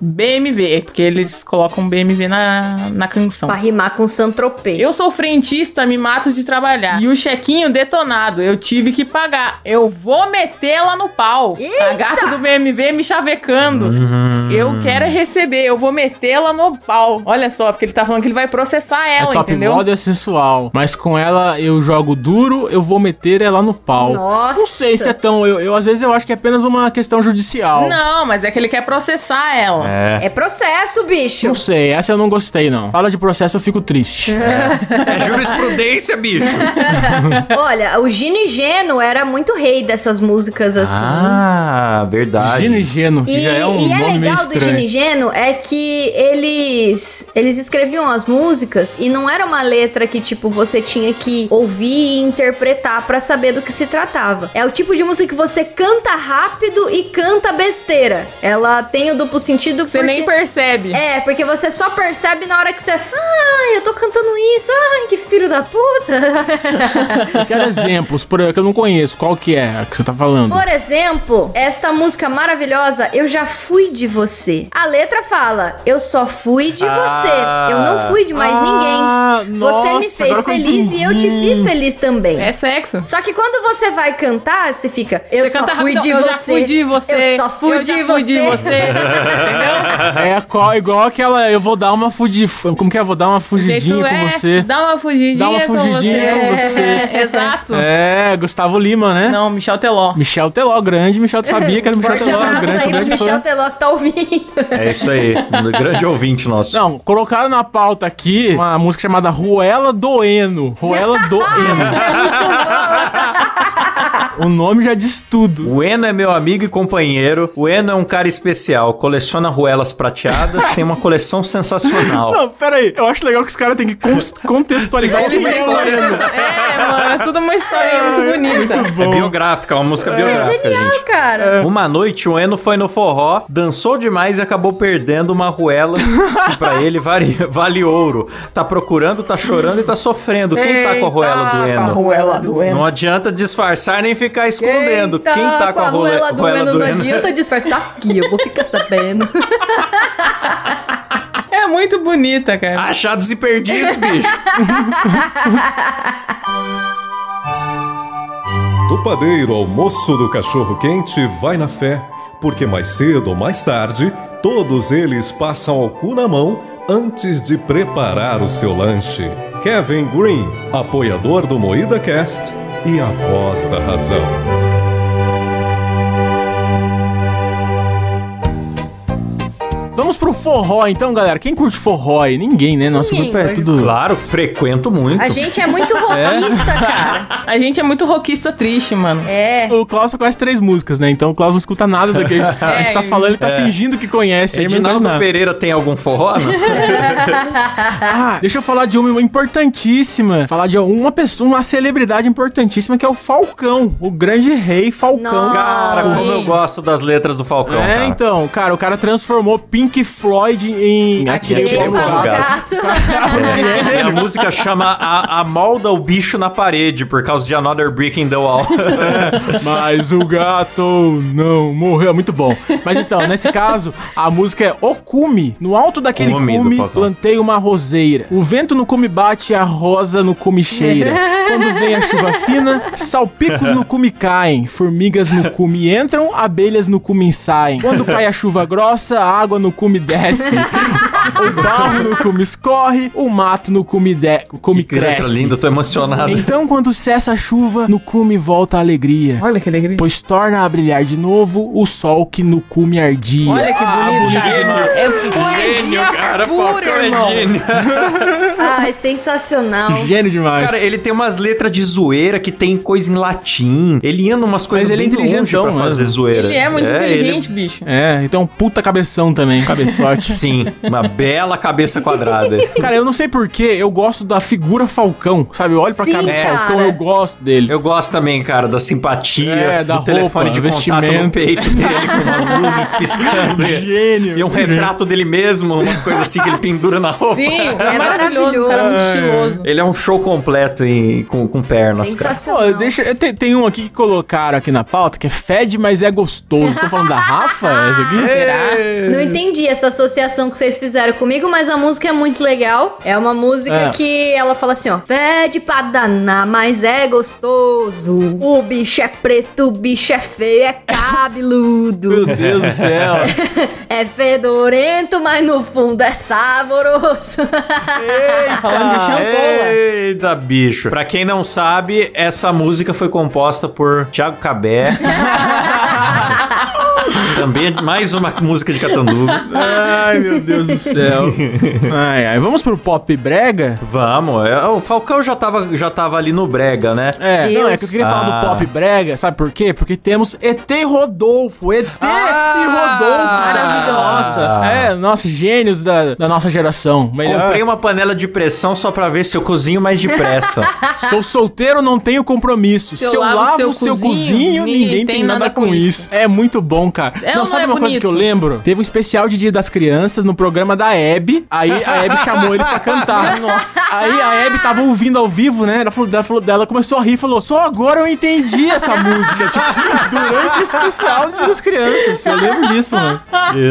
S4: BMW, porque eles colocam BMW na, na canção.
S3: Pra rimar com Santropê.
S4: Eu sou frentista, me mato de trabalhar. E o chequinho detonado, eu tive que pagar. Eu vou meter ela no pau.
S3: Eita!
S4: A gata do BMW me atacando.
S5: Uhum.
S4: Eu quero é receber, eu vou metê-la no pau. Olha só, porque ele tá falando que ele vai processar
S5: É
S4: ela,
S3: um,
S5: top
S4: entendeu?
S5: model é sensual. Mas com ela eu jogo duro, eu vou meter ela no pau.
S3: Nossa.
S5: Não sei se é tão. Eu, eu às vezes eu acho que é apenas uma questão judicial.
S4: Não, mas é que ele quer processar ela.
S3: É processo, bicho.
S5: Não sei, essa eu não gostei, não. Fala de processo, eu fico triste.
S8: É jurisprudência, bicho.
S3: Olha, o Gino e Geno era muito rei dessas músicas assim.
S1: Ah, verdade.
S5: Gino e Geno.
S3: E,
S5: já é um
S3: e é
S5: nome meio
S3: legal do
S5: estranho.
S3: Ginigeno é que eles eles escreviam as músicas e não era uma letra que tipo você tinha que ouvir e interpretar pra saber do que se tratava. É o tipo de música que você canta rápido e canta besteira. Ela tem o duplo sentido
S4: Você nem percebe.
S3: é, porque você só percebe na hora que você. Ai, eu tô cantando isso. Ai, que filho da puta.
S5: Eu quero exemplos, por que eu não conheço. Qual que é a que você tá falando?
S3: Por exemplo, esta música maravilhosa, Eu Já Fui de Você. A letra fala, eu só fui de
S1: Ah.
S3: você, eu não fui de mais
S5: Ah,
S3: ninguém. Você
S5: nossa,
S3: me
S5: agora
S3: fez
S5: que eu
S3: feliz e eu te
S5: entendi.
S3: fiz feliz também.
S4: É sexo.
S3: Só que quando você vai cantar, você fica, eu
S4: Você
S3: só
S4: canta
S3: fui
S4: rapidão,
S3: de
S4: eu
S3: você.
S4: já fui de você.
S3: Eu só fui,
S4: eu
S3: de,
S4: já fui
S3: você.
S4: de você. Entendeu?
S5: É qual, igual aquela. Eu vou dar uma fudi. Como que é? Vou dar uma
S4: O
S5: fugidinha
S4: jeito
S5: com
S4: é
S5: você.
S4: Dá uma fugidinha,
S5: Dá uma fugidinha com você.
S4: Exato.
S5: É, Gustavo Lima, né?
S4: Não, Michel Teló.
S5: Michel Teló, grande. Michel sabia que era Michel
S3: Forte
S5: Teló.
S3: abraço
S5: Grande,
S3: aí pro
S5: grande
S3: Michel
S5: fã.
S3: Teló que tá ouvindo.
S1: É isso aí. Um grande ouvinte nosso.
S5: Não, colocaram na pauta aqui uma música chamada Ruela Doeno. Ruela Doeno.
S3: É
S5: o nome já diz tudo.
S1: O Eno é meu amigo e companheiro. O Eno é um cara especial. Coleciona ruelas prateadas. tem uma coleção sensacional.
S5: Não, peraí. Eu acho legal que os caras têm que cons- contextualizar o que
S4: Ele
S5: é
S4: tem um-
S5: Doeno.
S4: É, mano, é tudo uma historinha muito bonita.
S1: É biográfica, uma música biográfica, É, gente.
S3: Cara,
S1: Uma noite, o Eno foi no forró, dançou demais e acabou perdendo uma ruela que pra ele vale, vale ouro. Tá procurando, tá chorando e tá sofrendo. Quem tá com a ruela do
S4: Eita, com a
S1: Eno?
S4: ruela do Eno.
S1: Não adianta disfarçar nem ficar escondendo.
S3: Eita,
S1: É, Quem tá com a role-
S3: ruela doendo, não
S1: Eno?
S3: adianta disfarçar que eu vou ficar sabendo.
S4: É muito bonita, cara.
S1: Achados e perdidos, bicho.
S9: Do padeiro ao moço do cachorro quente, vai na fé, porque mais cedo ou mais tarde, todos eles passam ao cu na mão antes de preparar o seu lanche. Kevin Green, apoiador do Moída Cast e a voz da razão.
S5: Vamos pro forró, então, galera. Quem curte forró aí? Ninguém, né? Nosso
S3: Ninguém
S5: grupo é
S3: curte.
S5: tudo...
S1: Claro, frequento muito.
S3: A gente é muito rockista, cara.
S4: A gente é muito rockista triste, mano.
S3: É.
S5: O Klaus só conhece três músicas, né? Então o Klaus não escuta nada do que a gente, a gente tá
S4: É,
S5: falando. Ele tá fingindo que conhece. aí não entende
S1: Edinaldo
S5: nada.
S1: Pereira tem algum forró? né? não?
S5: Ah, deixa eu falar de uma importantíssima. Falar de uma pessoa, uma celebridade importantíssima que é o Falcão, o grande rei Falcão.
S3: Nossa.
S1: Cara, como eu
S4: Sim.
S1: gosto das letras do Falcão,
S5: é,
S1: cara.
S5: então, cara, o cara transformou Pink Floyd em.
S1: Atirei
S3: Tirei é o pau no gato.
S1: A minha música chama a, a Molda o Bicho na Parede, por causa de Another Brick in the Wall.
S5: Mas o gato não morreu. É Muito bom. Mas então, nesse caso, a música é O Cume. No alto daquele
S1: Cume do
S5: cume,
S1: Falcão.
S5: plantei uma roseira. O vento no cume bate, a rosa no cume cheira. Quando vem a chuva fina, salpicos no cume caem. Formigas no cume entram, abelhas no cume saem. Quando cai a chuva grossa, a água no cume desce. O barro no cume escorre, o mato no cume, de... cume
S1: que letra
S5: cresce.
S1: linda, tô emocionado.
S5: Então, quando cessa a chuva, no cume volta a alegria
S4: Olha que alegria.
S5: pois torna a brilhar de novo o sol que no cume ardia.
S4: Olha que
S5: Ah,
S4: bonito. É poesia
S1: Gênio, cara,
S4: pura,
S1: Falcão
S4: irmão.
S1: é gênio.
S3: Ai, Ah, é sensacional.
S5: Gênio demais.
S1: Cara, ele tem umas letras de zoeira que tem coisa em latim. Ele anda umas coisas
S5: ele é
S1: bem longe
S5: inteligentão
S1: pra fazer
S5: mesmo.
S1: zoeira.
S4: Ele é muito
S1: ele-
S4: inteligente, bicho.
S5: É, então um puta cabeção também, cabeçote.
S1: Sim, uma bela cabeça quadrada.
S5: Cara, eu não sei porquê, eu gosto da figura Falcão, sabe? Eu olho pra
S3: Sim,
S5: cara do
S3: cara.
S5: Falcão, eu gosto dele.
S1: Eu gosto também, cara, da simpatia,
S5: É, da
S1: do telefone
S5: roupa,
S1: de contato no
S5: vestimento.
S1: peito dele, com umas luzes piscando.
S5: Gênio.
S1: E um retrato dele mesmo, umas coisas assim que ele pendura na roupa.
S4: Sim, é,
S3: É
S4: maravilhoso.
S3: maravilhoso.
S4: O cara é muito estiloso.
S1: Ele é um show completo em- com, com pernas, cara.
S5: Pô,
S3: Sensacional.
S5: deixa, eu te- tem um aqui que colocaram aqui na pauta que é fede, mas é gostoso. Tô falando da Rafa? É esse aqui?
S3: Não entendi entendi essa associação que vocês fizeram comigo, mas a música é muito legal. É uma música
S5: É.
S3: que ela fala assim, ó. Fede pra danar, mas é gostoso. O bicho é preto, o bicho é feio, é cabeludo.
S5: Meu Deus do céu.
S3: é fedorento, mas no fundo é saboroso.
S4: Falando de champola.
S1: Eita, bicho. Pra quem não sabe, essa música foi composta por Thiago Cabé. Também é mais uma música de Catanduva.
S5: Ai, meu Deus do céu. Ai, ai. Vamos pro pop brega?
S1: Vamos, é, o Falcão já tava, já tava ali no brega, né?
S5: É, não, é
S3: Deus.
S5: que eu queria
S1: Ah.
S5: falar do pop brega, sabe por quê? Porque temos ET Rodolfo, ET e Rodolfo.
S4: maravilhosa.
S5: Nossa, é, nossa, gênios da, da nossa geração. Melhor.
S1: Comprei uma panela de pressão só pra ver se eu cozinho mais depressa.
S5: Sou solteiro, não tenho compromisso.
S4: Se eu
S5: Se eu
S4: lavo
S5: lavo
S4: seu
S5: o seu
S4: cozinho,
S5: cozinho, ninguém tem nada com isso. É muito bom, cara.
S4: É ou
S5: não,
S4: não
S5: sabe
S4: é
S5: uma coisa
S4: bonito?
S5: que eu lembro? Teve um especial de Dia das Crianças no programa da Hebe. Aí a Hebe chamou eles pra cantar. Nossa. Aí a Hebe tava ouvindo ao vivo, né? Ela falou, ela falou dela, começou a rir, falou: só agora eu entendi essa música. Tipo, durante o especial do Dia das Crianças. Eu lembro disso, mano.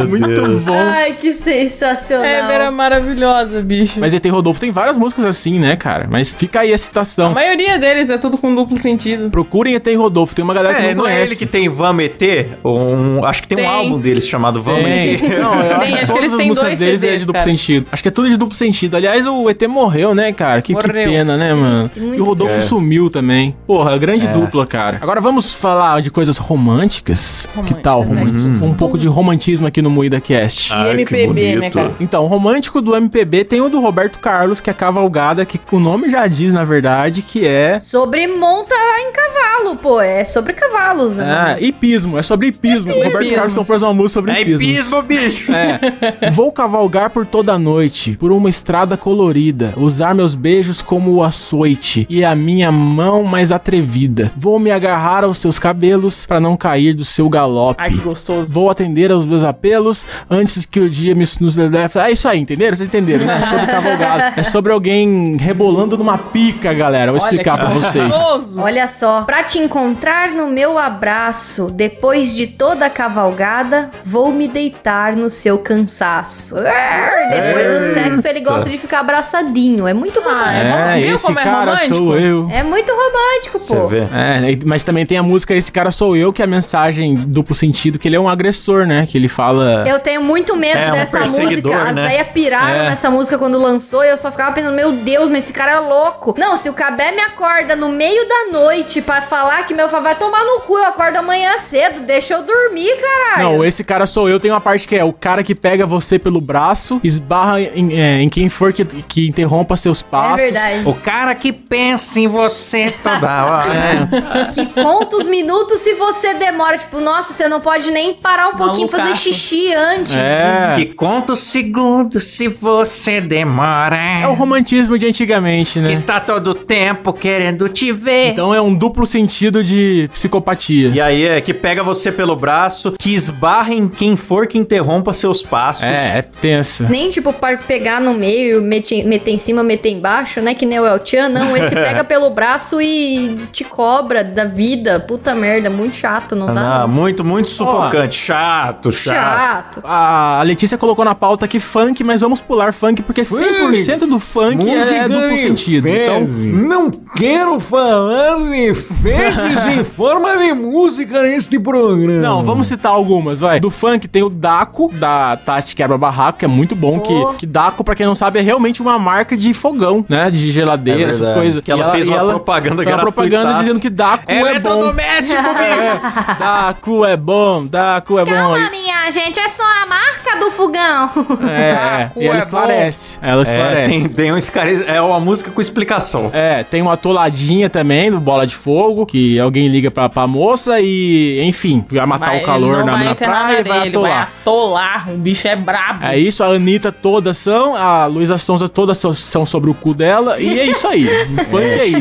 S5: muito bom.
S3: Ai, que sensacional.
S4: Heber é maravilhosa, bicho.
S5: Mas ET Rodolfo tem várias músicas assim, né, cara? Mas fica aí a
S4: A
S5: citação.
S4: maioria deles é tudo com duplo sentido.
S5: Procurem ET Rodolfo, tem uma galera que
S1: É,
S5: não,
S1: não é
S5: conhece.
S1: ele que tem Vam ET? Um, acho que tem,
S4: Tem.
S1: um álbum deles chamado Vam
S5: Tem.
S1: ET.
S5: Não, eu
S4: Tem,
S5: acho, que
S4: acho que
S5: todas
S4: eles
S5: as
S4: têm
S5: músicas
S4: dois
S5: deles é
S4: CDs,
S5: de duplo
S4: cara.
S5: sentido. Acho que é tudo de duplo sentido. Aliás, o ET morreu, né, cara? Que, que
S4: Morreu.
S5: pena, né, mano?
S3: Triste, muito
S5: e o Rodolfo sumiu também. Porra,
S1: É.
S5: grande dupla, cara. Agora vamos falar de coisas românticas.
S4: Românticas,
S5: que tal?
S4: é.
S1: Uhum.
S5: Romantismo? Um pouco de romantismo aqui no Moída Cast.
S4: e MPB, né, cara?
S5: Então, o romântico do MPB tem o do Roberto Carlos, que é a cavalgada, que o nome já diz, na verdade, que é.
S3: Sobre monta em cavalo, pô. É sobre cavalos.
S5: Ah,
S3: né?
S5: hipismo. É sobre hipismo. O Roberto
S4: Hipismo.
S5: Carlos compôs uma música sobre
S1: É
S5: hipismo.
S1: hipismo, bicho!
S5: É. Vou cavalgar por toda a noite, por uma estrada colorida, usar meus beijos como o açoite e a minha mão mais atrevida. Vou me agarrar aos seus cabelos pra não cair do seu galope.
S4: Ai, que gostoso.
S5: Vou atender aos meus apelos antes que o dia me nos leve. É isso aí, entenderam? Vocês entenderam, né? É sobre cavalgada. É sobre alguém rebolando numa pica, galera. Vou explicar pra vocês.
S4: Gostoso.
S3: Olha só, pra te encontrar no meu abraço, depois de toda a cavalgada, vou me deitar no seu cansaço. Arr, Depois do sexo, ele gosta de ficar abraçadinho. É muito
S4: Ah,
S3: romântico.
S4: bom,
S5: É,
S4: viu
S5: esse
S4: como é
S5: cara
S4: romântico?
S5: sou eu.
S3: É muito romântico, pô.
S1: Você vê? né?
S5: É, e- mas também tem a música Esse Cara Sou Eu, que é a mensagem duplo sentido, que ele é um agressor, né? Que ele fala.
S3: Eu tenho muito medo
S1: É, um
S3: dessa
S1: perseguidor,
S3: música. As
S1: né?
S3: velhas piraram nessa música quando lançou e eu só ficava pensando, meu Deus, mas esse cara é louco. Não, se o Cabé me acorda no meio da noite pra falar que meu favor vai tomar no cu, eu acordo amanhã cedo, deixa eu dormir, caralho.
S5: Não, esse cara sou eu. Tem uma parte que é o cara que pega você pelo braço, esbarra em, é, em quem for que, que interrompa seus
S3: é
S5: passos.
S3: verdade.
S1: O cara que pensa em você toda hora. É.
S3: Que conta os minutos se você demora. Tipo, nossa, você não pode nem parar um pouquinho pra fazer
S4: Malucaço.
S3: xixi antes.
S5: É.
S1: Que conta os segundos se você demora.
S5: É o romantismo de antigamente, né?
S1: Está todo tempo querendo te ver.
S5: Então é um duplo sentido de psicopatia.
S1: E aí é que pega você pelo braço, que esbarra em quem for que interrompa seus passos.
S5: É, é tensa.
S3: Nem, tipo, para pegar no meio, meter, meter em cima, meter embaixo, né? Que nem o El Chan. Não, esse
S5: É.
S3: pega pelo braço e te cobra da vida. Puta merda, muito chato, não dá?
S1: Ah,
S3: não.
S1: muito, muito sufocante. Chato, chato.
S3: Chato.
S5: A Letícia colocou na pauta aqui funk, mas vamos pular funk, porque 100% do funk é duplo sentido. Então,
S7: não quero falar de fezes em forma de música neste programa.
S1: É
S5: Não, vamos citar algumas, vai. Do funk tem o Daco, da Tati Quebra Barraco, que é muito bom.
S3: Pô.
S5: Que, que Daco, pra quem não sabe, é realmente uma marca de fogão, né? De geladeira,
S1: É
S5: essas
S1: verdade.
S5: coisas.
S1: Que ela fez uma propaganda
S5: fez uma
S1: gratuitaça.
S5: propaganda dizendo que Daco é bom.
S1: Eletrodoméstico, bicho!
S5: Daco é bom, Daco é bom.
S3: Calma,
S5: Aí-
S3: minha gente, é só a marca do fogão.
S5: É, é.
S4: Daco
S5: E ela
S4: é
S5: esclarece. Ela
S1: É,
S5: esclarece.
S1: tem, tem um escare... É uma música com explicação.
S5: É, tem uma toladinha também do Bola de Fogo, que alguém liga pra, pra moça e, enfim, vai matar
S4: Vai-
S5: Tá o calor
S4: não
S5: na,
S4: vai
S5: na
S4: entrar
S5: praia e vai
S4: areia, ele
S5: atolar.
S4: Vai atolar, o bicho é brabo.
S5: É isso, a Anitta todas são, a Luísa Sonza todas so- são sobre o cu dela, e é isso aí. O funk é, isso.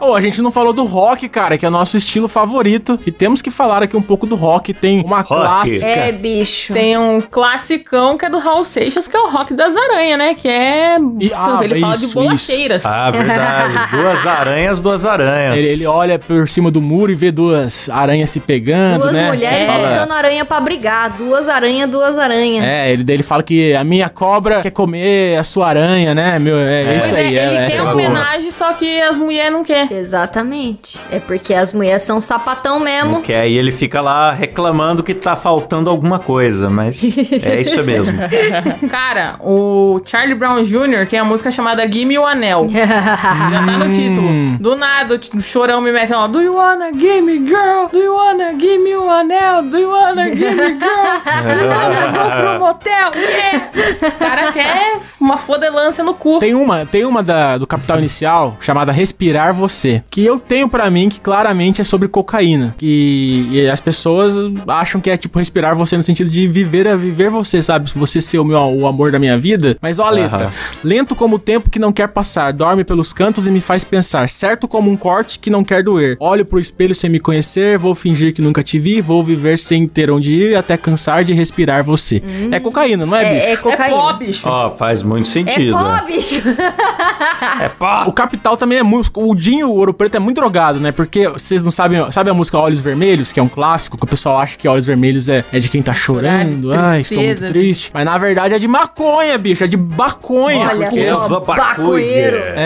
S5: Ô, a gente não falou do rock, cara, que é nosso estilo favorito, e temos que falar aqui um pouco do rock. Tem uma
S7: Rock.
S5: clássica.
S3: É, bicho. Bicho.
S4: Tem um classicão que é do Raul Seixas, que é o Rock das Aranhas, né? Que é.
S5: E- ah,
S4: ele fala
S5: isso,
S4: de bolacheiras.
S1: Ah, verdade. duas aranhas, duas aranhas.
S5: Ele, ele olha por cima do muro e vê duas aranhas se pegando,
S3: Duas
S5: né?
S3: mulheres
S5: Fala-
S3: botando aranha pra brigar. Duas aranha, duas aranha.
S5: É, ele, daí ele fala que a minha cobra quer comer a sua aranha, né? Meu, é, isso aí.
S4: ele
S5: é,
S4: quer
S5: essa é a boa.
S4: homenagem, só que as mulheres não querem.
S3: Exatamente. É porque as mulheres são sapatão mesmo.
S1: Que aí ele fica lá reclamando que tá faltando alguma coisa, mas é isso mesmo.
S4: Cara, o Charlie Brown Jr. tem a música chamada Gimme o Anel. Já tá no
S5: Hum.
S4: título. Do nada, o t- o chorão me mete lá. Do you wanna give me girl? Do you wanna give me o anel? Do you wanna give me girl? Do you wanna go pro motel? Yeah. O cara quer uma fodelância no cu.
S5: Tem uma, tem uma da, do Capital Inicial chamada Respirar Você, que eu tenho pra mim que claramente é sobre cocaína. Que e as pessoas acham que é tipo respirar você no sentido de viver a viver você, sabe? Você ser o meu o amor da minha vida. Mas ó a letra. Lento como o tempo que não quer passar, dorme pelos cantos e me faz pensar, certo como um corte que não quer doer. Olho pro espelho sem me conhecer, vou fingir que nunca te vi, vou viver sem ter onde ir até cansar de respirar você. É cocaína, não é, Hum. bicho?
S3: É, é
S4: É pó,
S3: cocaína.
S4: bicho.
S1: Ó, faz muito
S3: É
S1: sentido.
S3: pó, bicho.
S1: É pó.
S5: O Capital também é músico. O Dinho, o Ouro Preto, é muito drogado, né? Porque vocês não sabem. Sabe a música Olhos Vermelhos, que é um clássico, que o pessoal acha que Olhos Vermelhos é, é de quem tá chorando.
S4: Chorar de
S5: Ai, estou muito
S4: tristeza.
S5: triste. Mas na verdade é de maconha, bicho. É de baconha.
S3: Olha
S5: porque-
S3: só,
S1: Essa
S3: bacoeiro.
S1: É.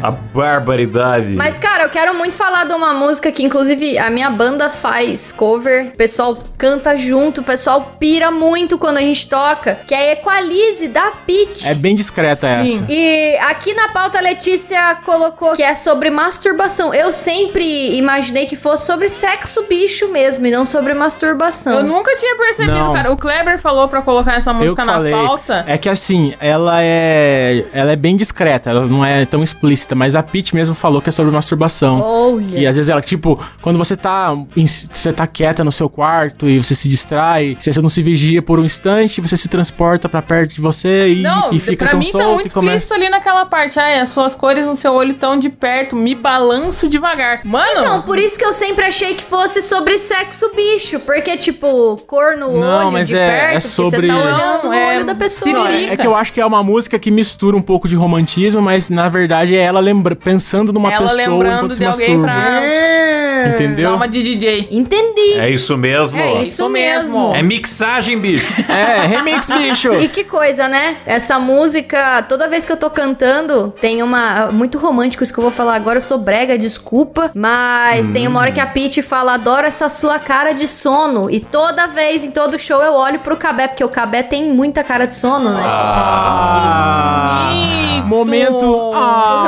S5: É.
S1: A barbaridade.
S3: Mas, cara, eu quero muito falar de uma música que, inclusive, a minha banda faz cover. O pessoal canta junto, o pessoal pira muito quando a gente toca. Que é Equalize, da Pitty.
S5: É bem discreta
S4: Sim.
S5: essa.
S3: E aqui na pauta a Letícia colocou que é sobre masturbação. Eu sempre imaginei que fosse sobre sexo bicho mesmo e não sobre masturbação.
S4: Eu nunca tinha percebido,
S5: Não.
S4: cara. O Kleber falou pra colocar essa
S5: Eu que
S4: música na
S5: falei.
S4: pauta.
S5: É que assim, ela é. Ela é bem discreta, ela não é tão explícita, mas a Pete mesmo falou que é sobre masturbação.
S3: Olha.
S5: E às vezes ela, tipo, quando você tá, em- você tá quieta no seu quarto e você se distrai, se você não se vigia por um instante, você se transporta pra perto de você e,
S4: Não,
S5: e fica
S4: pra
S5: tão
S4: mim tá
S5: solto
S4: muito
S5: e começa.
S4: explícito ali naquela parte. Ai, as suas cores no seu olho tão de perto, me balanço devagar. Mano,
S3: Então, por isso que eu sempre achei que fosse sobre sexo bicho. Porque, tipo, cor no
S5: Não,
S3: olho
S5: mas
S3: de
S5: é-
S3: perto,
S5: é
S3: que
S5: sobre-
S3: você tá olhando
S4: Não,
S3: no
S4: é
S3: olho da pessoa.
S4: siririca.
S5: É que eu acho que é uma música que mistura um pouco de romantismo, mas na verdade é ela lembra, pensando numa
S4: ela
S5: pessoa
S4: lembrando
S5: enquanto se
S4: de alguém
S5: masturba.
S4: pra
S3: Ah,
S5: Entendeu?
S4: dar uma de DJ.
S3: entendi.
S1: É isso mesmo.
S3: É
S1: ó.
S3: isso mesmo.
S10: É mixagem, bicho.
S5: É, remix, bicho!
S3: E que coisa, né? Essa música, toda vez que eu tô cantando, tem uma. Muito romântico isso que eu vou falar agora. Eu sou brega, desculpa. Mas tem uma hora
S5: Hum.
S3: que a Pete fala: adoro essa sua cara de sono. E toda vez, em todo show, eu olho pro Cabé, porque o Cabé tem muita cara de sono, né?
S5: Ah,
S1: Ah,
S4: Eita.
S5: Momento. Ah.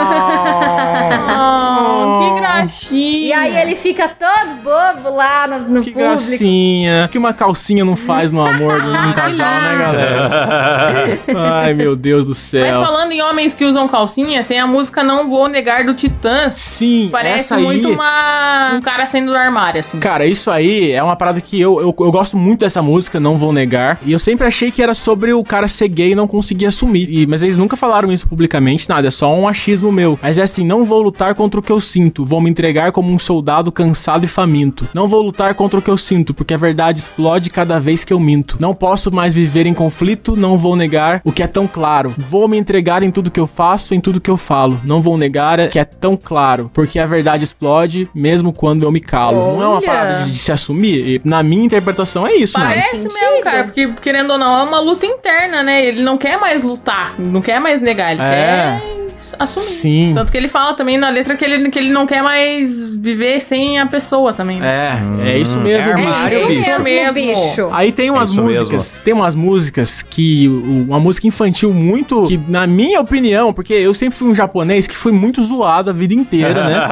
S4: Ah, que graxinha.
S3: E aí ele fica todo bobo lá no, no
S5: Que
S3: público.
S5: gracinha. O que uma calcinha não faz no amor de um casal, né, galera? Ai, meu Deus do
S4: Mas
S5: céu.
S4: falando em homens que usam calcinha, tem a música Não Vou Negar do Titãs.
S5: Sim,
S4: Parece
S5: essa aí...
S4: muito uma... um cara saindo do armário, assim.
S5: Cara, isso aí é uma parada que eu, eu, eu gosto muito dessa música, não vou negar. E eu sempre achei que era sobre o cara ser gay e não conseguir assumir. E- mas eles nunca falaram isso publicamente, nada, é só um achismo meu. Mas é assim, não vou lutar contra o que eu sinto, vou me entregar como um soldado cansado e faminto. Não vou lutar contra o que eu sinto, porque a verdade explode cada vez que eu minto. Não posso mais viver em conflito, não vou negar o que é tão claro. Vou me entregar em tudo que eu faço, em tudo que eu falo. Não vou negar o que é tão claro, porque a verdade explode mesmo quando eu me calo. Não é uma
S3: Olha!
S5: parada de de se assumir, e na minha interpretação é isso, mano.
S4: Parece
S3: sentido.
S4: mesmo, cara, porque querendo ou não, é uma luta interna, né? Ele não quer mais lutar, não quer mais negar, ele
S5: É.
S4: quer assumir.
S5: Sim.
S4: Tanto que ele fala também na letra que ele, que ele não quer mais viver sem a pessoa também, né?
S5: É, é isso mesmo.
S1: É
S3: É
S1: armário,
S3: isso
S1: bicho.
S3: mesmo,
S4: Mesmo.
S3: bicho.
S5: Aí tem umas
S1: isso
S5: músicas, tem umas músicas que uma música infantil muito que na minha opinião, porque eu sempre fui um japonês que foi muito zoado a vida inteira, né?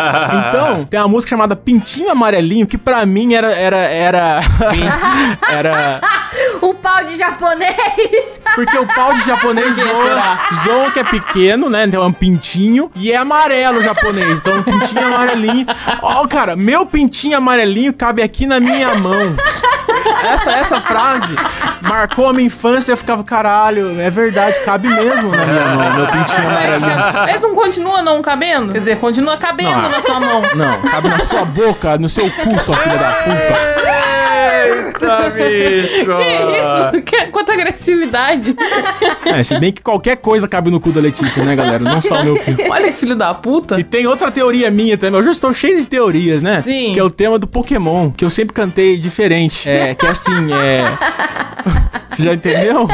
S5: Então, tem uma música chamada Pintinho Amarelinho que pra mim era era era era
S3: Um pau de japonês.
S5: porque o pau de japonês zoa, zoa que é pequeno, né? Então é um pintinho e é amarelo o japonês. Então é um pintinho amarelinho. Ó, cara, meu pintinho amarelinho cabe aqui na minha mão. Essa, essa frase marcou a minha infância. Eu ficava, caralho, é verdade, cabe mesmo na minha mão, meu
S11: É,
S5: pintinho amarelinho.
S4: Ele não continua não cabendo? Quer dizer, continua cabendo
S5: Não.
S4: na sua mão.
S5: Não, cabe na sua boca, no seu cu, sua filha da puta.
S11: Eita, bicho!
S4: Que isso? Que, quanta agressividade.
S5: É, se bem que qualquer coisa cabe no cu da Letícia, né, galera? Não só o meu cu.
S4: Olha que filho da puta.
S5: E tem outra teoria minha também. Hoje eu estou cheio de teorias, né?
S4: Sim.
S5: Que é o tema do Pokémon, que eu sempre cantei diferente. É, que é assim, é. Você já entendeu?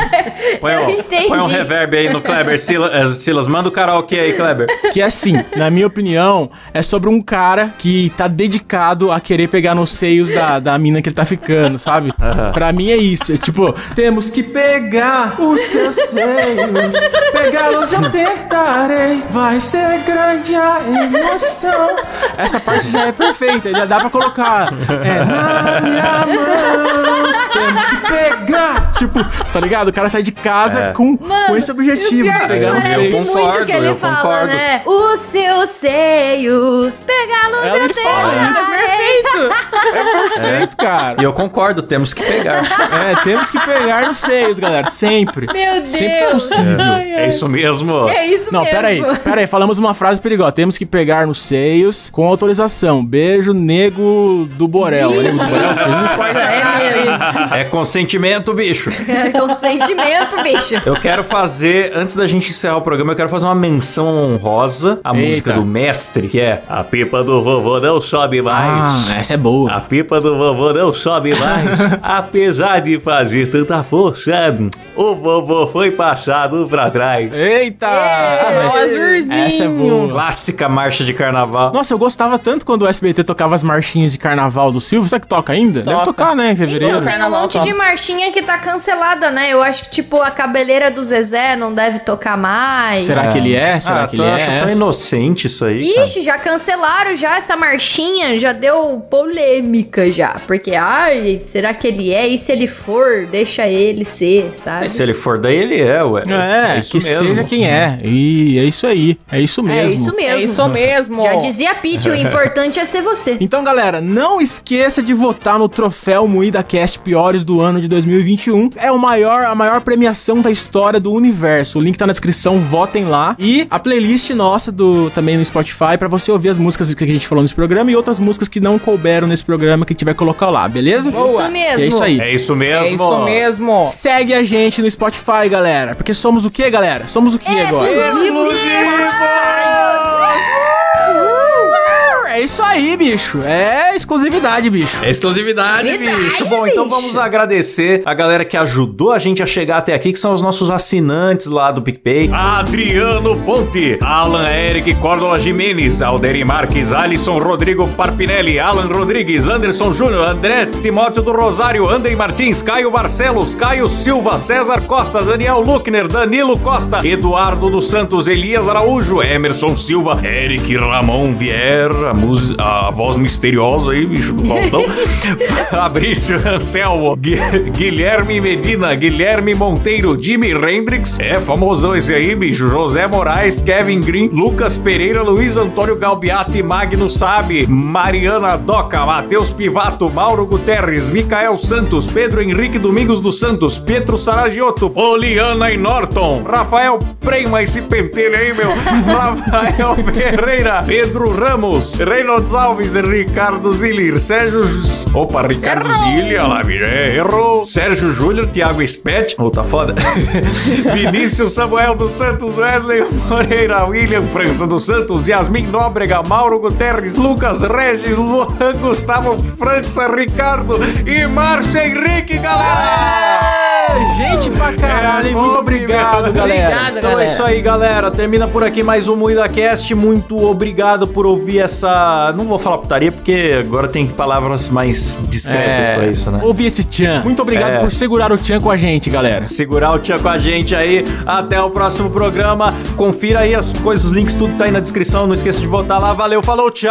S11: Põe
S3: Eu
S11: um,
S3: entendi.
S11: põe um reverb aí no Kleber. Sila- eh, Silas, manda o karaokê aí, Kleber.
S5: Que é assim, na minha opinião, é sobre um cara que tá dedicado a querer pegar nos seios da, da mina que ele tá ficando, sabe? Pra mim é isso. É tipo, temos que pegar os seus seios, pegá-los eu tentarei, vai ser grande a emoção. Essa parte já é perfeita, já dá pra colocar. É na minha mão, temos que pegar. Tipo, tá ligado? O cara sai de casa
S11: É.
S5: com, com
S3: Mano,
S5: esse objetivo, tá
S3: e o pior é que
S5: pegar nos
S11: eu
S3: parece
S5: seios.
S3: muito o que
S11: concordo,
S3: ele
S11: eu
S3: fala,
S11: concordo.
S3: né? Os seus seios, pegá-los
S5: Ela
S3: eu
S5: ele fala
S3: tentarei.
S5: isso.
S4: Perfeito.
S5: é Perfeito, cara.
S11: E eu concordo, temos que pegar.
S5: É, temos que pegar nos seios, galera. Sempre.
S3: Meu
S5: Sempre que
S3: Deus.
S5: possível.
S11: É isso mesmo.
S3: É isso
S5: Não,
S3: mesmo.
S5: pera aí, pera aí, falamos uma frase perigosa. Temos que pegar nos seios com autorização. Beijo, nego do Borel.
S3: Ih,
S5: Nego do Borel fez isso?
S3: É mesmo.
S11: É consentimento, bicho.
S3: É Consentimento, bicho.
S11: Eu quero fazer, antes da gente encerrar o programa, eu quero fazer uma menção honrosa à
S5: Eita.
S11: música do mestre, que é
S1: A pipa do vovô não sobe mais.
S5: Ah, essa é boa.
S1: A pipa do vovô não sobe mais. Apesar de fazer tanta força,
S11: É
S1: o vovô foi passado pra trás.
S5: Eita!
S11: É
S6: um
S4: Ó, Azurzinho.
S5: Essa é boa.
S11: clássica marcha de carnaval.
S5: Nossa, eu gostava tanto quando o SBT tocava as marchinhas de carnaval do Silvio. Será que toca ainda? Deve
S4: Toca.
S5: tocar, né, em fevereiro.
S3: Então, tem um
S4: Carnaval,
S3: monte
S4: tá.
S3: de marchinha que tá cancelada, né? Eu acho que, tipo, a cabeleira do Zezé não deve tocar mais.
S5: Será que ele é? Será
S11: Ah,
S5: que
S11: tu
S5: ele é?
S11: acha tão
S5: essa?
S11: inocente isso aí. cara?
S3: Ixi, já cancelaram já essa marchinha, já deu polêmica já. Porque, ai, gente, será que ele é? E se ele for, deixa ele ser, sabe?
S11: Mas Se ele for daí, ele é, ué.
S5: É,
S11: isso
S5: que
S11: mesmo.
S5: seja quem é. Ih, é isso aí. É isso
S3: É
S5: mesmo.
S3: isso
S4: É
S3: mesmo.
S4: isso mesmo.
S3: Já dizia Pete, o importante é ser você.
S5: Então, galera, não esqueça de votar no troféu Moída Cast Piores do ano de 2021. É o maior, a maior premiação da história do universo. O link tá na descrição, votem lá. E a playlist nossa do também no Spotify pra você ouvir as músicas que a gente falou nesse programa e outras músicas que não couberam nesse programa que a gente vai colocar lá, beleza?
S3: Boa. Isso mesmo.
S5: E é isso aí.
S11: É isso
S4: É
S11: mesmo.
S4: isso mesmo.
S5: Segue a gente no Spotify, galera, porque somos o quê, galera? Somos o quê
S3: É.
S5: agora? É isso aí, bicho. É exclusividade, bicho.
S12: É exclusividade,
S3: Verdade.
S12: bicho.
S11: Bom, então
S3: bicho.
S11: vamos agradecer a galera que ajudou a gente a chegar até aqui, que são os nossos assinantes lá do PicPay.
S1: Adriano Ponte, Alan Eric Córdoba Jimenez, Alderi Marques, Alisson Rodrigo Parpinelli, Alan Rodrigues, Anderson Júnior, André Timóteo do Rosário, Andrei Martins, Caio Barcelos, Caio Silva, César Costa, Daniel Luckner, Danilo Costa, Eduardo dos Santos, Elias Araújo, Emerson Silva, Eric Ramon Vieira, a, mus- a voz misteriosa aí, bicho do Faustão, Fabrício Anselmo, Gui- Guilherme Medina, Guilherme Monteiro, Jimmy Hendrix, é famosão esse aí, bicho, José Moraes, Kevin Green, Lucas Pereira, Luiz Antônio Galbiati, Magno Sabe, Mariana Doca, Matheus Pivato, Mauro Guterres, Micael Santos, Pedro Henrique Domingos dos Santos, Pietro Saragiotto, Oliana e Norton, Rafael Prema, esse pentelho aí, meu, Rafael Pereira, Pedro Ramos, Reynolds Alves, Ricardo Zilir, Sérgio... Jus- Opa, Ricardo Zilir, olha lá, bicho, é, errou. Sérgio Júnior, Thiago Spet, ô, tá foda. Vinícius Samuel dos Santos, Wesley Moreira, William França dos Santos, Yasmin Nóbrega, Mauro Guterres, Lucas Regis, Luan Gustavo França, Ricardo e Márcio Henrique,
S5: É.
S1: galera!
S5: Gente pra caralho,
S11: É,
S5: hein?
S11: bom,
S5: muito obrigado,
S11: obrigado.
S5: galera.
S4: Obrigada,
S11: Então é
S4: galera.
S11: isso aí, galera. Termina por aqui mais um Moída Cast. Muito obrigado por ouvir essa. Não vou falar putaria, porque agora tem palavras mais discretas
S5: É.
S11: pra isso, né?
S5: Ouvi esse Tchan. Muito obrigado
S11: É.
S5: por segurar o Tchan com a gente, galera.
S11: Segurar o tchan com a gente aí. Até o próximo programa. Confira aí as coisas, os links, tudo tá aí na descrição. Não esqueça de voltar lá. Valeu, falou, tchau!